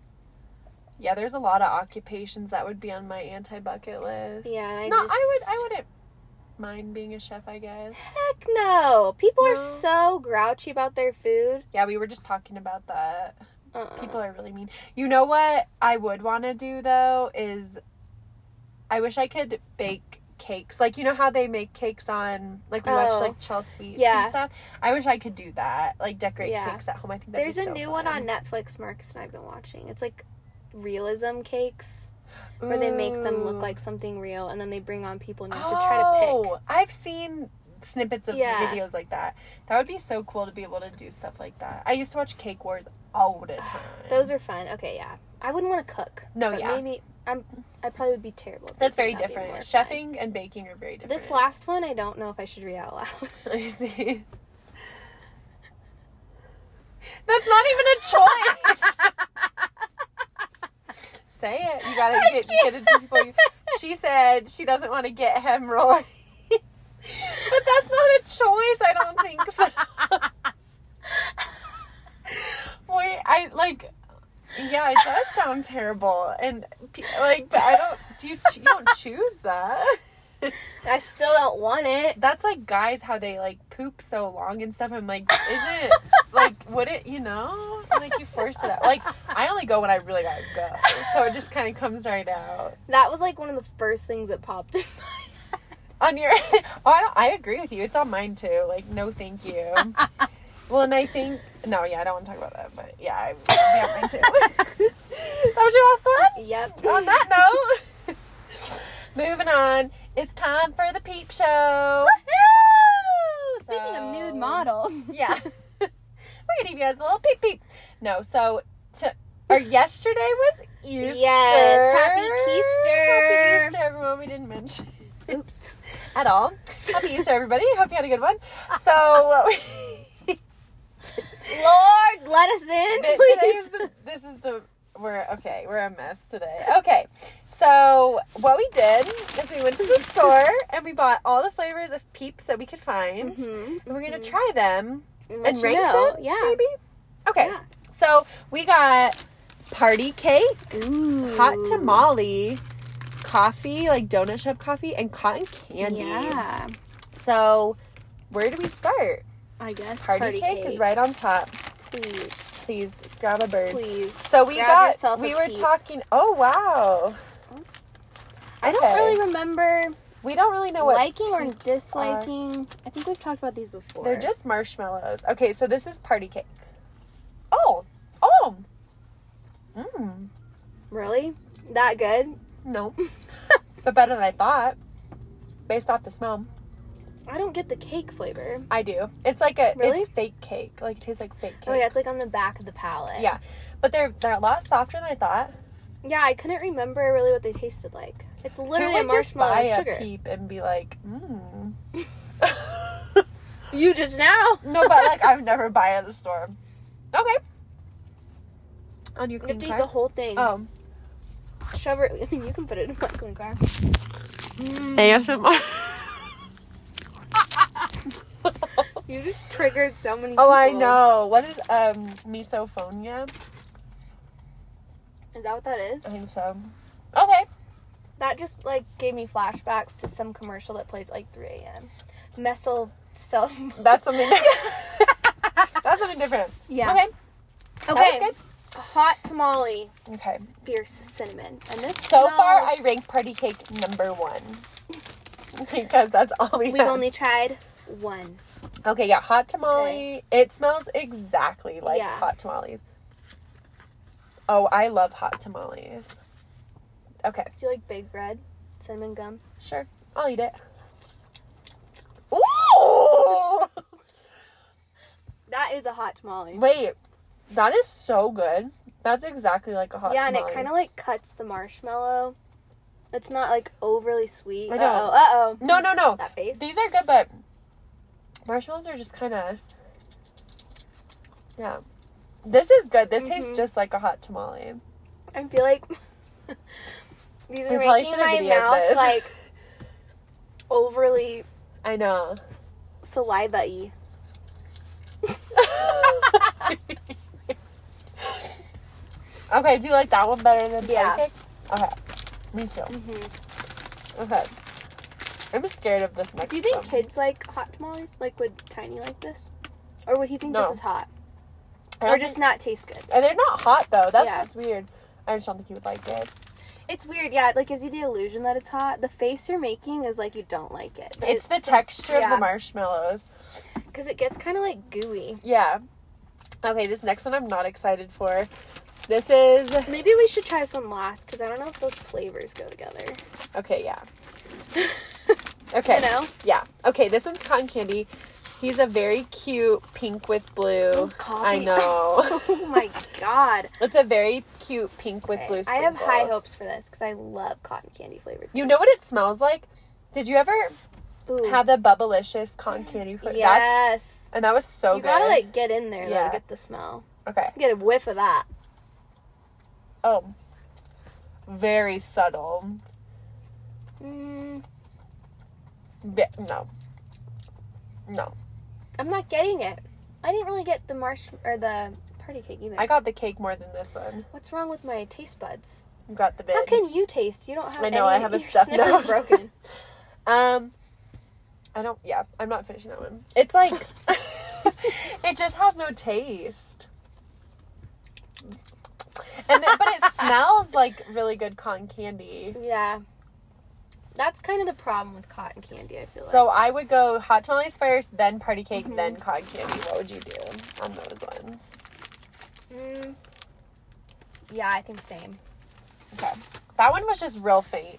[SPEAKER 2] yeah. There's a lot of occupations that would be on my anti bucket list.
[SPEAKER 1] Yeah, and I
[SPEAKER 2] no, I would
[SPEAKER 1] just-
[SPEAKER 2] I wouldn't mind being a chef. I guess.
[SPEAKER 1] Heck no! People are
[SPEAKER 2] No.
[SPEAKER 1] so grouchy about their food.
[SPEAKER 2] Yeah, we were just talking about that.
[SPEAKER 1] Uh-uh.
[SPEAKER 2] People are really mean. You know what I would want to do though is I wish I could bake cakes. Like you know how they make cakes on like we
[SPEAKER 1] Oh.
[SPEAKER 2] watch like Chelsea Sweets
[SPEAKER 1] Yeah.
[SPEAKER 2] and stuff. I wish I could do that. Like decorate
[SPEAKER 1] Yeah.
[SPEAKER 2] cakes at home. I think that'd
[SPEAKER 1] There's
[SPEAKER 2] be
[SPEAKER 1] a
[SPEAKER 2] so
[SPEAKER 1] new one on
[SPEAKER 2] fun.
[SPEAKER 1] Netflix, Marcus, and I've been watching. It's like realism cakes where they make them
[SPEAKER 2] Ooh.
[SPEAKER 1] look like something real, and then they bring on people and you have to try to pick.
[SPEAKER 2] Mm. Oh, I've seen snippets of
[SPEAKER 1] Yeah.
[SPEAKER 2] videos like that. That would be so cool to be able to do stuff like that. I used to watch Cake Wars all the time.
[SPEAKER 1] Those are fun. Okay, yeah. I wouldn't want to cook.
[SPEAKER 2] No,
[SPEAKER 1] but
[SPEAKER 2] yeah.
[SPEAKER 1] Maybe I'm. I probably would be terrible. at
[SPEAKER 2] That's very
[SPEAKER 1] baking. That'd be
[SPEAKER 2] different.
[SPEAKER 1] more fun.
[SPEAKER 2] Chefing and baking are very different.
[SPEAKER 1] This last one, I don't know if I should read out loud.
[SPEAKER 2] Let me see. That's not even a choice. Say it. You gotta get, get it to people. You- She said she doesn't want to get hemorrhoid. but that's not a choice. I don't think so. Wait, I like. Yeah, it does sound terrible, and pe- like, but I don't. Do you? You don't choose that.
[SPEAKER 1] I still don't want it.
[SPEAKER 2] that's like guys how they like poop so long and stuff. I'm like, is it like would it you know? Like you force it out. Like I only go when I really gotta go. So it just kinda comes right out.
[SPEAKER 1] That was like one of the first things that popped in my head.
[SPEAKER 2] On your oh, I, don't- I agree with you. It's on mine too. Like, no thank you. Well and I think no, yeah, I don't want to talk about that, but yeah, I yeah, mine too. that was your last one?
[SPEAKER 1] Yep.
[SPEAKER 2] on that note, moving on. It's time for the peep show.
[SPEAKER 1] Woohoo! Speaking of
[SPEAKER 2] So-
[SPEAKER 1] nude models.
[SPEAKER 2] Yeah. We're gonna give you guys a little peep peep. No, so to Or yesterday was Easter.
[SPEAKER 1] Yes, happy Keister.
[SPEAKER 2] Happy Easter, everyone. We didn't mention
[SPEAKER 1] Oops.
[SPEAKER 2] at all. Happy Easter, everybody. Hope you had a good one. So
[SPEAKER 1] Lord, let us in.
[SPEAKER 2] Th-
[SPEAKER 1] please.
[SPEAKER 2] today is the, this is the we're okay we're a mess today okay so what we did is we went to the store and we bought all the flavors of peeps that we could find
[SPEAKER 1] Mhm.
[SPEAKER 2] and we're gonna try them
[SPEAKER 1] And let
[SPEAKER 2] Mm-hmm. and
[SPEAKER 1] you
[SPEAKER 2] rank
[SPEAKER 1] know.
[SPEAKER 2] them
[SPEAKER 1] Yeah.
[SPEAKER 2] maybe okay
[SPEAKER 1] Yeah.
[SPEAKER 2] so we got party cake
[SPEAKER 1] Ooh.
[SPEAKER 2] hot tamale coffee like donut shop coffee and cotton candy
[SPEAKER 1] Yeah.
[SPEAKER 2] so where do we start
[SPEAKER 1] I guess
[SPEAKER 2] party, cake, is right on top
[SPEAKER 1] Please,
[SPEAKER 2] please grab a bird
[SPEAKER 1] please.
[SPEAKER 2] So we
[SPEAKER 1] Grab
[SPEAKER 2] got.
[SPEAKER 1] yourself a
[SPEAKER 2] We were
[SPEAKER 1] peep.
[SPEAKER 2] talking. Oh wow.
[SPEAKER 1] I don't
[SPEAKER 2] Okay.
[SPEAKER 1] really remember
[SPEAKER 2] We don't really know what
[SPEAKER 1] liking or
[SPEAKER 2] peeps are.
[SPEAKER 1] disliking. I think we've talked about these before.
[SPEAKER 2] They're just marshmallows. Okay, so this is party cake. Oh, oh. Mm.
[SPEAKER 1] really that good.
[SPEAKER 2] No, but better than I thought. Based off the smell,
[SPEAKER 1] I don't get the cake flavor. Oh,
[SPEAKER 2] I do. It's like a.
[SPEAKER 1] Really?
[SPEAKER 2] It's fake cake. Like it tastes like fake cake.
[SPEAKER 1] Oh yeah, it's like on the back of the palate.
[SPEAKER 2] Yeah, but they're they're a lot softer than I thought.
[SPEAKER 1] Yeah, I couldn't remember really what they tasted like. It's literally
[SPEAKER 2] Who
[SPEAKER 1] a
[SPEAKER 2] would just
[SPEAKER 1] marshmallow
[SPEAKER 2] buy
[SPEAKER 1] and sugar.
[SPEAKER 2] a peep and be like, mm.
[SPEAKER 1] You just now.
[SPEAKER 2] No, but like I've never buy it at the store. Okay. On your
[SPEAKER 1] you have
[SPEAKER 2] clean
[SPEAKER 1] to eat the
[SPEAKER 2] car.
[SPEAKER 1] whole thing.
[SPEAKER 2] Oh.
[SPEAKER 1] Shove it. I mean, you can put it in my clean car.
[SPEAKER 2] Oh. ASMR.
[SPEAKER 1] You just triggered so many.
[SPEAKER 2] oh, I
[SPEAKER 1] people.
[SPEAKER 2] know. What is um misophonia?
[SPEAKER 1] Is that what that is?
[SPEAKER 2] I think so. Okay.
[SPEAKER 1] That just like gave me flashbacks to some commercial that plays at like 3 a.m. Messel self.
[SPEAKER 2] That's something That's something different.
[SPEAKER 1] Yeah.
[SPEAKER 2] Okay.
[SPEAKER 1] Okay.
[SPEAKER 2] That was
[SPEAKER 1] Hot tamale,
[SPEAKER 2] good. Okay.
[SPEAKER 1] fierce cinnamon, and this.
[SPEAKER 2] So far I
[SPEAKER 1] smells-
[SPEAKER 2] rank party cake number one. Because that's all we
[SPEAKER 1] We've
[SPEAKER 2] have.
[SPEAKER 1] only tried one.
[SPEAKER 2] okay, yeah, hot tamale. It smells exactly like
[SPEAKER 1] Yeah.
[SPEAKER 2] hot tamales. Oh, I love hot tamales. Okay.
[SPEAKER 1] Do you like big red cinnamon gum?
[SPEAKER 2] Sure, I'll eat it. Ooh!
[SPEAKER 1] That is a hot tamale.
[SPEAKER 2] Wait, that is so good. That's exactly like a hot
[SPEAKER 1] yeah,
[SPEAKER 2] tamale.
[SPEAKER 1] and it kind of like cuts the marshmallow. It's not like overly sweet.
[SPEAKER 2] I
[SPEAKER 1] Uh oh. Uh
[SPEAKER 2] know.
[SPEAKER 1] oh.
[SPEAKER 2] No, no, no.
[SPEAKER 1] That face.
[SPEAKER 2] These are good, but marshmallows are just kind of. Yeah. This is good. This tastes
[SPEAKER 1] Mhm.
[SPEAKER 2] just like a hot tamale.
[SPEAKER 1] I feel like these
[SPEAKER 2] We
[SPEAKER 1] are
[SPEAKER 2] probably
[SPEAKER 1] making
[SPEAKER 2] should have
[SPEAKER 1] my
[SPEAKER 2] videoed
[SPEAKER 1] mouth
[SPEAKER 2] this.
[SPEAKER 1] like overly
[SPEAKER 2] I know.
[SPEAKER 1] saliva-y.
[SPEAKER 2] okay, do you like that one better than
[SPEAKER 1] Yeah.
[SPEAKER 2] patty cake? Okay. Me too. Okay. I'm scared of this next
[SPEAKER 1] Do you think
[SPEAKER 2] one.
[SPEAKER 1] kids like hot tamales? Like, would Tiny like this? Or would he think
[SPEAKER 2] No.
[SPEAKER 1] this is hot?
[SPEAKER 2] I
[SPEAKER 1] Or
[SPEAKER 2] don't
[SPEAKER 1] just
[SPEAKER 2] think-
[SPEAKER 1] not taste good?
[SPEAKER 2] and they're not hot though. That's
[SPEAKER 1] Yeah.
[SPEAKER 2] what's weird. I just don't think you would like it.
[SPEAKER 1] It's weird, yeah. It like gives you the illusion that it's hot. The face you're making is like you don't like it, but
[SPEAKER 2] It's the texture of
[SPEAKER 1] yeah.
[SPEAKER 2] the marshmallows.
[SPEAKER 1] because it gets kind of like gooey.
[SPEAKER 2] Yeah. Okay, this next one I'm not excited for. This is
[SPEAKER 1] Maybe we should try this one last because I don't know if those flavors go together.
[SPEAKER 2] okay. Yeah.
[SPEAKER 1] You
[SPEAKER 2] Okay.
[SPEAKER 1] know,
[SPEAKER 2] Yeah. Okay. This one's cotton candy. He's a very cute pink with blue.
[SPEAKER 1] Those coffee-
[SPEAKER 2] I know.
[SPEAKER 1] oh my god,
[SPEAKER 2] it's a very cute pink with blue.
[SPEAKER 1] Okay, I have high
[SPEAKER 2] sprinkles.
[SPEAKER 1] hopes for this because I love cotton candy flavored.
[SPEAKER 2] You know what it smells like? Did you ever
[SPEAKER 1] Ooh,
[SPEAKER 2] have the Bubblicious cotton candy? flavor? That's,
[SPEAKER 1] yes.
[SPEAKER 2] and that was so
[SPEAKER 1] you
[SPEAKER 2] good.
[SPEAKER 1] gotta like get in there though
[SPEAKER 2] Yeah.
[SPEAKER 1] to get the smell.
[SPEAKER 2] okay.
[SPEAKER 1] Get a whiff of that.
[SPEAKER 2] Oh. Very subtle.
[SPEAKER 1] Mm,
[SPEAKER 2] Ve- no. No.
[SPEAKER 1] I'm not getting it. I didn't really get the marsh or the party cake either.
[SPEAKER 2] I got the cake more than this one.
[SPEAKER 1] What's wrong with my taste buds?
[SPEAKER 2] You got the bit.
[SPEAKER 1] How can you taste? You don't have.
[SPEAKER 2] I know, I
[SPEAKER 1] any-
[SPEAKER 2] have a
[SPEAKER 1] your
[SPEAKER 2] stuffed
[SPEAKER 1] sniffer's
[SPEAKER 2] nose.
[SPEAKER 1] broken.
[SPEAKER 2] Um, I don't. Yeah, I'm not finishing that one. It's like it just has no taste. And then, but it smells like really good cotton candy.
[SPEAKER 1] Yeah, that's kind of the problem with cotton candy. I feel
[SPEAKER 2] So
[SPEAKER 1] like. Mm-hmm.
[SPEAKER 2] I would go hot tamales first, then party cake, then cotton candy. What would you do on those ones?
[SPEAKER 1] Mm, yeah, I think same.
[SPEAKER 2] Okay, that one was just real faint.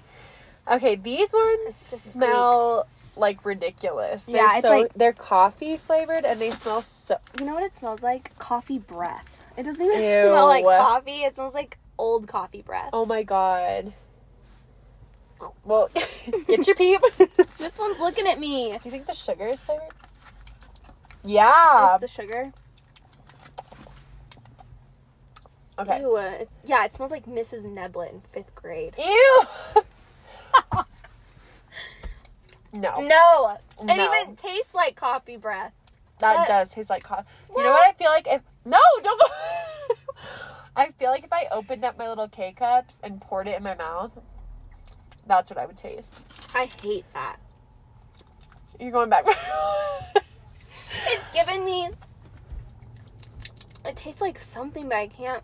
[SPEAKER 2] Okay, these ones
[SPEAKER 1] It's just
[SPEAKER 2] smell like ridiculous. They're
[SPEAKER 1] Yeah, it's
[SPEAKER 2] so
[SPEAKER 1] like-
[SPEAKER 2] they're coffee flavored and they smell so
[SPEAKER 1] You know what it smells like? Coffee breath. It doesn't even
[SPEAKER 2] Ew.
[SPEAKER 1] smell like coffee. It smells like old coffee breath.
[SPEAKER 2] Oh my god. Well, get your peep. Do
[SPEAKER 1] This one's looking at me.
[SPEAKER 2] you think the sugar is flavored? Yeah.
[SPEAKER 1] Is the sugar?
[SPEAKER 2] Okay.
[SPEAKER 1] Ew, uh, it's, yeah, it smells like Mrs. Neblett in fifth grade.
[SPEAKER 2] Ew.
[SPEAKER 1] No,
[SPEAKER 2] no,
[SPEAKER 1] it
[SPEAKER 2] Oh. No.
[SPEAKER 1] even tastes like coffee breath.
[SPEAKER 2] that
[SPEAKER 1] that-
[SPEAKER 2] does taste like coffee. You know what I feel like if No, don't go. I feel like if I opened up my little K cups and poured it in my mouth, that's what I would taste.
[SPEAKER 1] I hate that.
[SPEAKER 2] You're going back.
[SPEAKER 1] It's given me. It tastes like something, but I can't.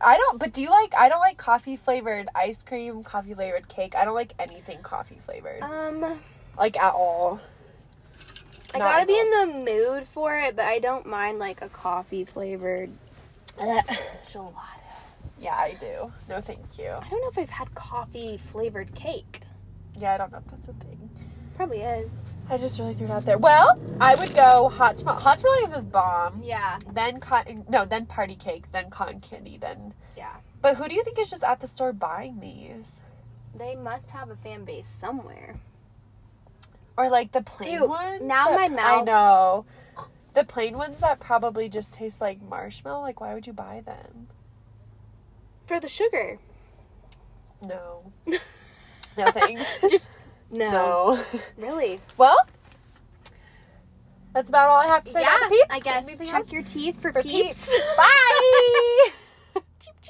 [SPEAKER 2] I don't, but do you like? I don't like coffee flavored ice cream, coffee flavored cake. I don't like anything coffee flavored,
[SPEAKER 1] Um, I
[SPEAKER 2] like at all. Not
[SPEAKER 1] gotta be
[SPEAKER 2] at
[SPEAKER 1] in the mood for it, but I don't mind like a coffee flavored gelato.
[SPEAKER 2] Yeah, I do. No, thank you.
[SPEAKER 1] I don't know if I've had coffee flavored cake.
[SPEAKER 2] Yeah, I don't know if that's a thing.
[SPEAKER 1] Probably is.
[SPEAKER 2] I just really threw it out there. Well, I would go hot tamale. Hot tamales is bomb.
[SPEAKER 1] Yeah,
[SPEAKER 2] Then cotton, no, then party cake, then cotton candy, then.
[SPEAKER 1] yeah.
[SPEAKER 2] But who do you think is just at the store buying these?
[SPEAKER 1] They must have a fan base somewhere.
[SPEAKER 2] Or like the plain
[SPEAKER 1] Ew,
[SPEAKER 2] ones?
[SPEAKER 1] now
[SPEAKER 2] that-
[SPEAKER 1] my
[SPEAKER 2] I
[SPEAKER 1] mouth-
[SPEAKER 2] know. The plain ones that probably just taste like marshmallow. Like, why would you buy them?
[SPEAKER 1] For the sugar.
[SPEAKER 2] No. No thanks.
[SPEAKER 1] Just no.
[SPEAKER 2] no.
[SPEAKER 1] Really?
[SPEAKER 2] Well, that's about all I have to say
[SPEAKER 1] yeah,
[SPEAKER 2] about the peeps.
[SPEAKER 1] I guess.
[SPEAKER 2] Anything
[SPEAKER 1] Check
[SPEAKER 2] else?
[SPEAKER 1] your teeth for,
[SPEAKER 2] For
[SPEAKER 1] peeps.
[SPEAKER 2] peeps. Bye.